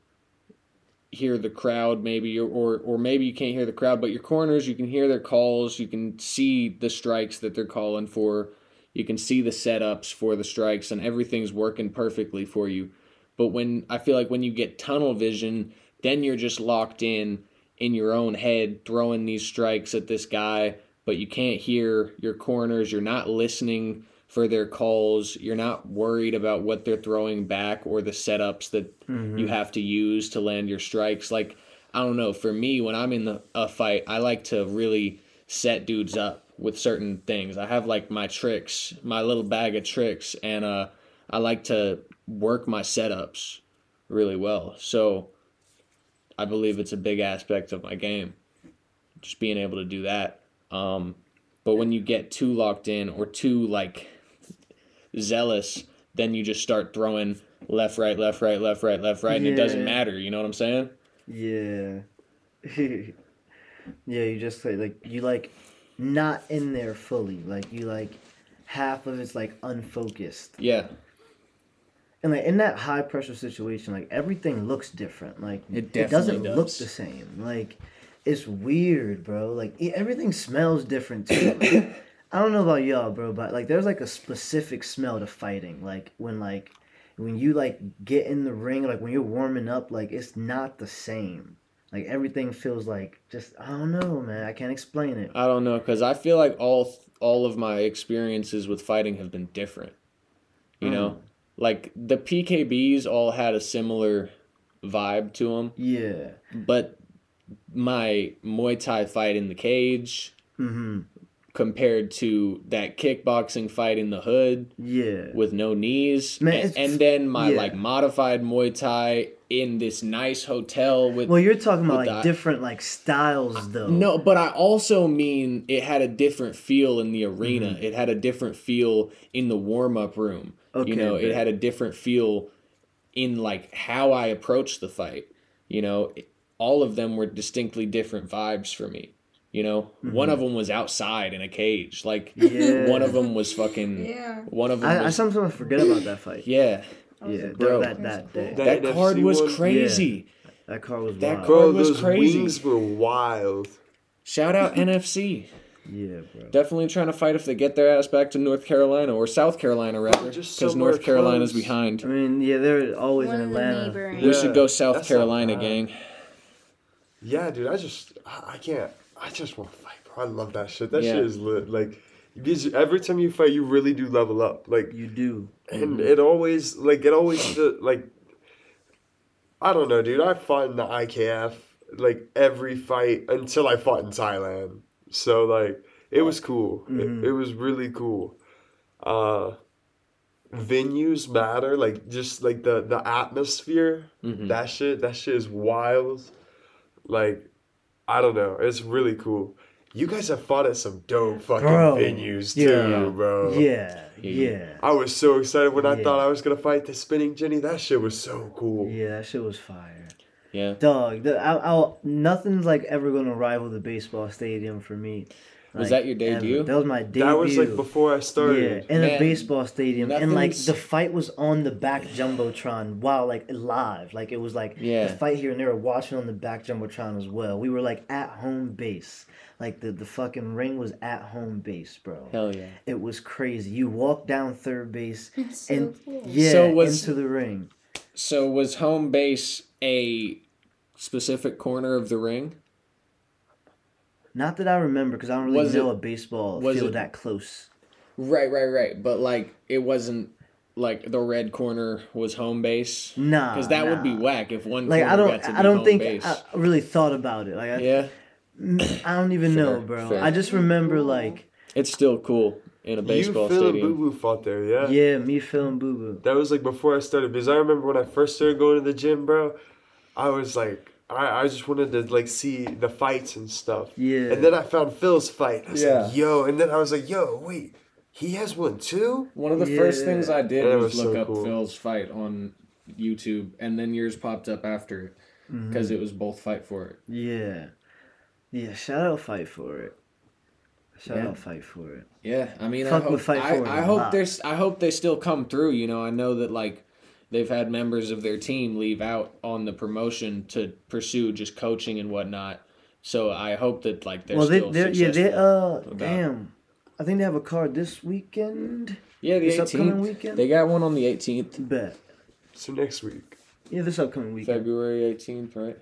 [SPEAKER 3] hear the crowd maybe or, or or maybe you can't hear the crowd but your corners you can hear their calls you can see the strikes that they're calling for you can see the setups for the strikes and everything's working perfectly for you but when i feel like when you get tunnel vision then you're just locked in in your own head throwing these strikes at this guy but you can't hear your corners you're not listening for their calls you're not worried about what they're throwing back or the setups that you have to use to land your strikes like i don't know for me when i'm in the, a fight i like to really set dudes up with certain things i have like my tricks my little bag of tricks and uh i like to work my setups really well so I believe it's a big aspect of my game, just being able to do that. Um, but when you get too locked in or too like zealous, then you just start throwing left, right, left, right, left, right, left, right, and it doesn't
[SPEAKER 2] Yeah.
[SPEAKER 3] matter. You know what I'm saying?
[SPEAKER 2] Yeah. yeah, you just like, like you like not in there fully. Like you like half of it's like unfocused.
[SPEAKER 3] Yeah,
[SPEAKER 2] And like in that high pressure situation, like everything looks different. Like
[SPEAKER 3] It
[SPEAKER 2] it doesn't
[SPEAKER 3] definitely does.
[SPEAKER 2] look the same. Like it's weird, bro. Like e- everything smells different too. Like, I don't know about y'all, bro, but like there's like a specific smell to fighting. Like when like when you like get in the ring, like when you're warming up, like it's not the same. Like everything feels like just I don't know, man. I can't explain it.
[SPEAKER 3] I don't know because I feel like all all of my experiences with fighting have been different. You
[SPEAKER 2] Mm.
[SPEAKER 3] know, like the PKBs all had a similar vibe to them.
[SPEAKER 2] Yeah.
[SPEAKER 3] but my Muay Thai fight in the cage
[SPEAKER 2] Mhm.
[SPEAKER 3] compared to that kickboxing fight in the hood
[SPEAKER 2] Yeah.
[SPEAKER 3] with no knees,
[SPEAKER 2] Man,
[SPEAKER 3] a-
[SPEAKER 2] it's-
[SPEAKER 3] and, then my
[SPEAKER 2] yeah.
[SPEAKER 3] like modified Muay Thai in this nice hotel with.
[SPEAKER 2] Well, you're talking about
[SPEAKER 3] With
[SPEAKER 2] like
[SPEAKER 3] that-
[SPEAKER 2] different like styles though.
[SPEAKER 3] no, but I also mean it had a different feel in the arena.
[SPEAKER 2] Mm-hmm.
[SPEAKER 3] It had a different feel in the warm up room.
[SPEAKER 2] Okay,
[SPEAKER 3] you know,
[SPEAKER 2] bet.
[SPEAKER 3] it had a different feel in like how I approached the fight. You know, it- all of them were distinctly different vibes for me. You know, one of them was outside in a cage. Like
[SPEAKER 2] Mm-hmm. Yeah.
[SPEAKER 3] one of them was fucking.
[SPEAKER 4] Yeah.
[SPEAKER 3] One of them
[SPEAKER 2] I, I
[SPEAKER 3] was.
[SPEAKER 2] sometimes forget about that fight.
[SPEAKER 3] yeah,
[SPEAKER 2] Yeah,
[SPEAKER 3] Bro.
[SPEAKER 2] that that that, that,
[SPEAKER 1] That
[SPEAKER 3] that,
[SPEAKER 1] NFC
[SPEAKER 3] card was
[SPEAKER 1] one?
[SPEAKER 3] crazy.
[SPEAKER 2] that car was
[SPEAKER 3] That
[SPEAKER 2] wild.
[SPEAKER 3] car-
[SPEAKER 1] Bro,
[SPEAKER 3] It was
[SPEAKER 1] those
[SPEAKER 3] crazy.
[SPEAKER 1] wings were wild.
[SPEAKER 3] Shout out NFC.
[SPEAKER 2] yeah, bro.
[SPEAKER 3] Definitely trying to fight if they get their ass back to North Carolina or South Carolina rather,
[SPEAKER 1] Just
[SPEAKER 3] because
[SPEAKER 1] somewhere
[SPEAKER 3] North Carolina's
[SPEAKER 1] close.
[SPEAKER 2] I
[SPEAKER 3] behind.
[SPEAKER 2] mean, yeah, they're always
[SPEAKER 4] One
[SPEAKER 2] in
[SPEAKER 4] of the
[SPEAKER 2] Atlanta.
[SPEAKER 4] neighboring.
[SPEAKER 1] Yeah.
[SPEAKER 3] We should go South
[SPEAKER 1] that's not
[SPEAKER 3] Carolina,
[SPEAKER 1] bad.
[SPEAKER 3] gang.
[SPEAKER 1] Yeah, dude, I just I, I can't. I just want to fight, bro. I love that shit. That
[SPEAKER 3] Yeah.
[SPEAKER 1] shit is lit. Like, because every time you fight, you really do level up. Like,
[SPEAKER 2] You do.
[SPEAKER 1] and it always like it always the- like I don't know, dude. I fought in the IKF like every fight until I fought in Thailand. So like It was cool.
[SPEAKER 2] Mm-hmm.
[SPEAKER 1] It, it was really cool. Uh, venues matter, like just like the the atmosphere.
[SPEAKER 2] Mm-hmm.
[SPEAKER 1] That shit, that shit is wild. Like, I don't know. It's really cool. You guys have fought at some dope fucking
[SPEAKER 2] Bro,
[SPEAKER 1] venues
[SPEAKER 2] yeah.
[SPEAKER 1] too, bro.
[SPEAKER 2] Yeah,
[SPEAKER 3] Yeah.
[SPEAKER 2] yeah.
[SPEAKER 1] I was so excited when I
[SPEAKER 2] Yeah.
[SPEAKER 1] thought I was gonna fight the spinning Jenny. That shit was so cool.
[SPEAKER 2] Yeah, that shit was fire.
[SPEAKER 3] Yeah.
[SPEAKER 2] Dog, the, I, I'll, nothing's like ever gonna rival the baseball stadium for me.
[SPEAKER 3] Was
[SPEAKER 2] Like,
[SPEAKER 3] that your
[SPEAKER 2] ever.
[SPEAKER 3] debut?
[SPEAKER 2] That was my debut.
[SPEAKER 1] That was like before I
[SPEAKER 2] Yeah,
[SPEAKER 1] started.
[SPEAKER 2] in a
[SPEAKER 3] Man,
[SPEAKER 2] baseball stadium, and like
[SPEAKER 3] nothing's-
[SPEAKER 2] the fight was on the back jumbotron while like live, like it was like
[SPEAKER 3] Yeah.
[SPEAKER 2] the fight here, and they were watching on the back jumbotron as well. We were like at home base, like the the fucking ring was at home base, bro.
[SPEAKER 3] Hell yeah.
[SPEAKER 2] It was crazy. You walk down third base
[SPEAKER 4] That's so
[SPEAKER 2] and
[SPEAKER 4] cool.
[SPEAKER 2] yeah,
[SPEAKER 3] So was-
[SPEAKER 2] into the ring.
[SPEAKER 3] So was home base a specific corner of the ring?
[SPEAKER 2] Not that I remember, because I don't really
[SPEAKER 3] Was
[SPEAKER 2] know
[SPEAKER 3] it-
[SPEAKER 2] a baseball
[SPEAKER 3] was
[SPEAKER 2] field
[SPEAKER 3] it-
[SPEAKER 2] that close.
[SPEAKER 3] Right, right, right. But like it wasn't like the red corner was home base.
[SPEAKER 2] Nah,
[SPEAKER 3] Because that would be
[SPEAKER 2] nah.
[SPEAKER 3] whack if one
[SPEAKER 2] Like
[SPEAKER 3] corner
[SPEAKER 2] I
[SPEAKER 3] got
[SPEAKER 2] don't,
[SPEAKER 3] to be
[SPEAKER 2] I don't
[SPEAKER 3] home
[SPEAKER 2] think uh,
[SPEAKER 3] base.
[SPEAKER 2] I really thought about it. Like I,
[SPEAKER 3] yeah.
[SPEAKER 2] I don't even
[SPEAKER 3] Fair,
[SPEAKER 2] know, bro.
[SPEAKER 3] fair.
[SPEAKER 2] I just remember like
[SPEAKER 3] It's still cool in a baseball
[SPEAKER 1] you, Phil, and
[SPEAKER 3] stadium.
[SPEAKER 1] Boo Boo fought there, yeah?
[SPEAKER 2] yeah, me Phil and Boo Boo.
[SPEAKER 1] That was like before I started because I remember when I first started going to the gym, bro. I was like, I, I just wanted to like see the fights and stuff.
[SPEAKER 2] Yeah.
[SPEAKER 1] And then I found Phil's fight. I was
[SPEAKER 5] Yeah.
[SPEAKER 1] like, yo. And then I was like, yo, wait, he has one too?
[SPEAKER 3] One of the
[SPEAKER 2] Yeah.
[SPEAKER 3] first things I did
[SPEAKER 1] That
[SPEAKER 3] was,
[SPEAKER 1] was
[SPEAKER 3] look
[SPEAKER 1] so
[SPEAKER 3] up
[SPEAKER 1] cool.
[SPEAKER 3] Phil's fight on YouTube, and then yours popped up after it
[SPEAKER 2] Mm-hmm.
[SPEAKER 3] because it was both fight for it.
[SPEAKER 2] Yeah, yeah. Shout out, fight for it. Shout
[SPEAKER 3] Yeah.
[SPEAKER 2] out, fight for it.
[SPEAKER 3] Yeah, I mean,
[SPEAKER 2] Fuck
[SPEAKER 3] I hope
[SPEAKER 2] with Fight
[SPEAKER 3] I,
[SPEAKER 2] Forward
[SPEAKER 3] I
[SPEAKER 2] a
[SPEAKER 3] hope
[SPEAKER 2] lot.
[SPEAKER 3] there's I hope they still come through. You know, I know that like they've had members of their team leave out on the promotion to pursue just coaching and whatnot. So I hope that like they're
[SPEAKER 2] well, they,
[SPEAKER 3] still
[SPEAKER 2] they, yeah,
[SPEAKER 3] successful.
[SPEAKER 2] they, uh,
[SPEAKER 3] about-
[SPEAKER 2] damn. I think they have a card this weekend.
[SPEAKER 3] yeah, the
[SPEAKER 2] this upcoming
[SPEAKER 3] 18th.
[SPEAKER 2] weekend?
[SPEAKER 3] They got one on the 18th,
[SPEAKER 2] Bet.
[SPEAKER 1] So next week.
[SPEAKER 2] Yeah, this upcoming weekend.
[SPEAKER 3] February 18th, right?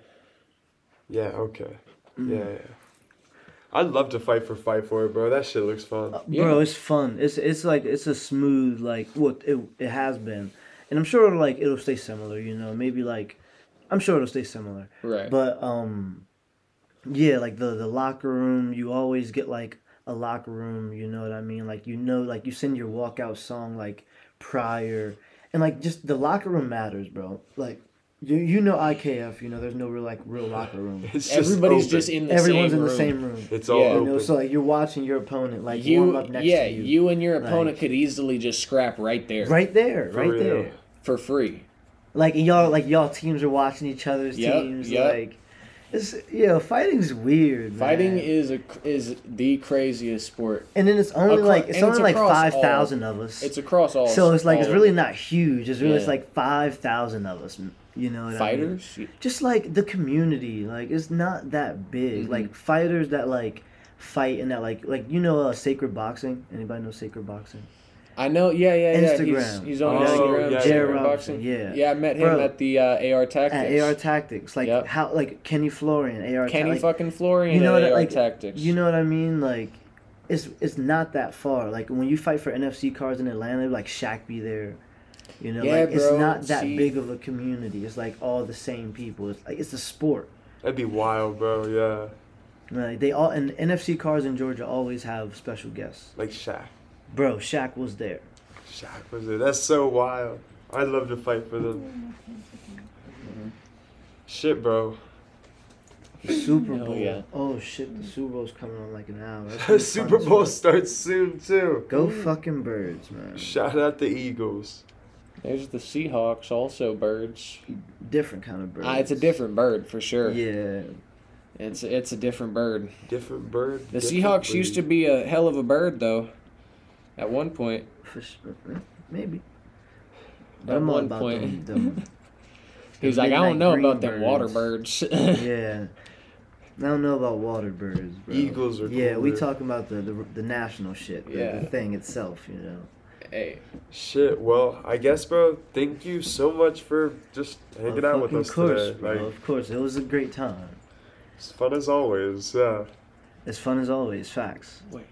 [SPEAKER 1] Yeah, okay. Yeah, yeah. I'd love to fight for Fight For It, bro. That shit looks
[SPEAKER 2] Uh,
[SPEAKER 1] fun.
[SPEAKER 3] Yeah.
[SPEAKER 2] Bro, it's fun. It's it's like it's a smooth like what it it has been, and I'm sure like it'll stay similar. You know, maybe like, I'm sure it'll stay similar.
[SPEAKER 3] Right.
[SPEAKER 2] But um, yeah, like the the locker room, you always get like a locker room. You know what I mean? Like you know, like you send your walkout song like prior, and like just the locker room matters, bro. Like you you know IKF, you know there's no real like real locker room.
[SPEAKER 1] It's just
[SPEAKER 3] Everybody's
[SPEAKER 1] open.
[SPEAKER 3] just in the
[SPEAKER 2] Everyone's
[SPEAKER 3] same
[SPEAKER 2] in the
[SPEAKER 3] room.
[SPEAKER 2] same room.
[SPEAKER 1] It's all
[SPEAKER 3] Yeah.
[SPEAKER 2] You know,
[SPEAKER 1] open.
[SPEAKER 2] so like you're watching your opponent like warm
[SPEAKER 3] You,
[SPEAKER 2] up next
[SPEAKER 3] yeah,
[SPEAKER 2] to you.
[SPEAKER 3] you. and your opponent
[SPEAKER 2] Like-
[SPEAKER 3] could easily just scrap right there,
[SPEAKER 2] right there,
[SPEAKER 1] For
[SPEAKER 2] right
[SPEAKER 1] real.
[SPEAKER 2] there.
[SPEAKER 3] for free.
[SPEAKER 2] Like and y'all, like y'all teams are watching each other's
[SPEAKER 3] Yep,
[SPEAKER 2] teams.
[SPEAKER 3] yep.
[SPEAKER 2] Like it's yeah, fighting's weird.
[SPEAKER 3] Fighting
[SPEAKER 2] man.
[SPEAKER 3] is a is the craziest sport.
[SPEAKER 2] And then it's only
[SPEAKER 3] Acro-
[SPEAKER 2] like it's
[SPEAKER 3] and it's
[SPEAKER 2] only like five
[SPEAKER 3] across
[SPEAKER 2] thousand of us.
[SPEAKER 3] It's across all.
[SPEAKER 2] so it's like it's
[SPEAKER 3] all
[SPEAKER 2] really not huge. It's really it's
[SPEAKER 3] Yeah.
[SPEAKER 2] like five thousand of us. m- You know, what I mean?
[SPEAKER 3] fighters.
[SPEAKER 2] Just like the community, like it's not that big.
[SPEAKER 3] Mm-hmm.
[SPEAKER 2] Like fighters that like fight and that like like you know uh, sacred boxing. Anybody know sacred boxing?
[SPEAKER 3] I know. Yeah, yeah, yeah. He's,
[SPEAKER 2] Instagram.
[SPEAKER 3] he's on
[SPEAKER 1] Oh,
[SPEAKER 3] Instagram.
[SPEAKER 1] yeah,
[SPEAKER 3] Instagram
[SPEAKER 1] yeah.
[SPEAKER 2] Robinson,
[SPEAKER 3] boxing.
[SPEAKER 2] yeah.
[SPEAKER 3] yeah. I met him
[SPEAKER 2] Bro.
[SPEAKER 3] at the uh, AR Tactics.
[SPEAKER 2] At AR Tactics, like
[SPEAKER 3] Yep.
[SPEAKER 2] how like Kenny Florian, AR
[SPEAKER 3] Kenny
[SPEAKER 2] Tactics.
[SPEAKER 3] fucking Florian
[SPEAKER 2] you know
[SPEAKER 3] at
[SPEAKER 2] what I-
[SPEAKER 3] AR
[SPEAKER 2] like,
[SPEAKER 3] Tactics.
[SPEAKER 2] You know what I mean? Like, it's it's not that far. Like when you fight for NFC cards in Atlanta, like Shaq be there. You know,
[SPEAKER 3] Yeah,
[SPEAKER 2] like it's
[SPEAKER 3] bro,
[SPEAKER 2] not that
[SPEAKER 3] see-
[SPEAKER 2] big of a community. It's like all the same people. It's like it's a sport.
[SPEAKER 1] That'd be wild, bro. Yeah.
[SPEAKER 2] Like they all and NFC cards in Georgia always have special guests.
[SPEAKER 1] Like Shaq.
[SPEAKER 2] Bro, Shaq was there.
[SPEAKER 1] Shaq was it? That's so wild. I'd love to fight for them. Shit, bro.
[SPEAKER 2] Super
[SPEAKER 3] Hell
[SPEAKER 2] Bowl.
[SPEAKER 3] yeah.
[SPEAKER 2] Oh shit, the Super Bowl's coming on like an hour. That's gonna be
[SPEAKER 1] Super
[SPEAKER 2] fun as
[SPEAKER 1] Bowl
[SPEAKER 2] fuck.
[SPEAKER 1] starts soon too.
[SPEAKER 2] Go fucking birds, man.
[SPEAKER 1] Shout out the Eagles.
[SPEAKER 3] There's the Seahawks, also birds.
[SPEAKER 2] Different kind of birds.
[SPEAKER 3] Ah, it's a different bird for sure.
[SPEAKER 2] Yeah.
[SPEAKER 3] It's it's a different bird.
[SPEAKER 1] Different bird.
[SPEAKER 3] The Seahawks used to be a hell of a bird though. At one point,
[SPEAKER 2] For sure. Maybe.
[SPEAKER 3] At
[SPEAKER 2] But I'm all
[SPEAKER 3] one
[SPEAKER 2] about
[SPEAKER 3] point.
[SPEAKER 2] them. them-
[SPEAKER 3] he was like, I
[SPEAKER 2] midnight
[SPEAKER 3] don't know
[SPEAKER 2] green
[SPEAKER 3] about them water birds.
[SPEAKER 2] yeah. I don't know about water birds, bro.
[SPEAKER 1] Eagles are
[SPEAKER 2] Yeah, we
[SPEAKER 1] cooler.
[SPEAKER 2] talking about the, the the national shit, the,
[SPEAKER 3] Yeah.
[SPEAKER 2] the thing itself, you know.
[SPEAKER 3] hey,
[SPEAKER 1] Shit. Well, I guess, bro. Thank you so much for just hanging out with
[SPEAKER 2] Fucking
[SPEAKER 1] us
[SPEAKER 2] course,
[SPEAKER 1] today.
[SPEAKER 2] bro.
[SPEAKER 1] Like
[SPEAKER 2] of course, it was a great time.
[SPEAKER 1] it's fun as always. Yeah.
[SPEAKER 2] As fun as always, facts.
[SPEAKER 3] Wait.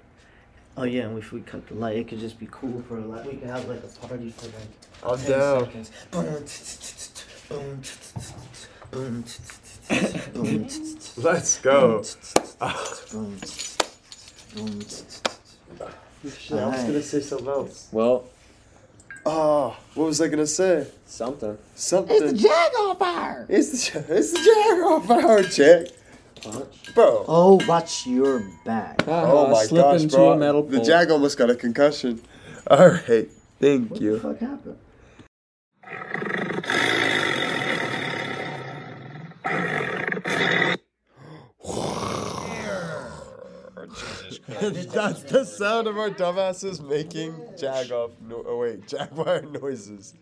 [SPEAKER 2] Oh yeah, and if we cut the light, it could just be cool for a light. We could have like a party for like
[SPEAKER 1] I'm
[SPEAKER 2] 10
[SPEAKER 1] down.
[SPEAKER 2] seconds. Boom, boom, boom, boom, boom.
[SPEAKER 1] Let's go. Shit, I was gonna say something else.
[SPEAKER 3] Well,
[SPEAKER 1] Oh,
[SPEAKER 2] Ah,
[SPEAKER 1] what was I gonna say?
[SPEAKER 3] something.
[SPEAKER 1] Something. It's the jag on fire. It's the it's the jag on fire, Jack. Bro.
[SPEAKER 2] Oh, watch your back.
[SPEAKER 1] Oh my
[SPEAKER 3] Ah, slip
[SPEAKER 1] gosh,
[SPEAKER 3] into
[SPEAKER 1] bro.
[SPEAKER 3] a metal
[SPEAKER 1] the
[SPEAKER 3] pole.
[SPEAKER 1] jag almost got a concussion. All right. Thank
[SPEAKER 2] What
[SPEAKER 1] you.
[SPEAKER 2] the fuck happened?
[SPEAKER 1] That's the sound of our dumbasses making jagoff. No- oh wait, jaguar noises.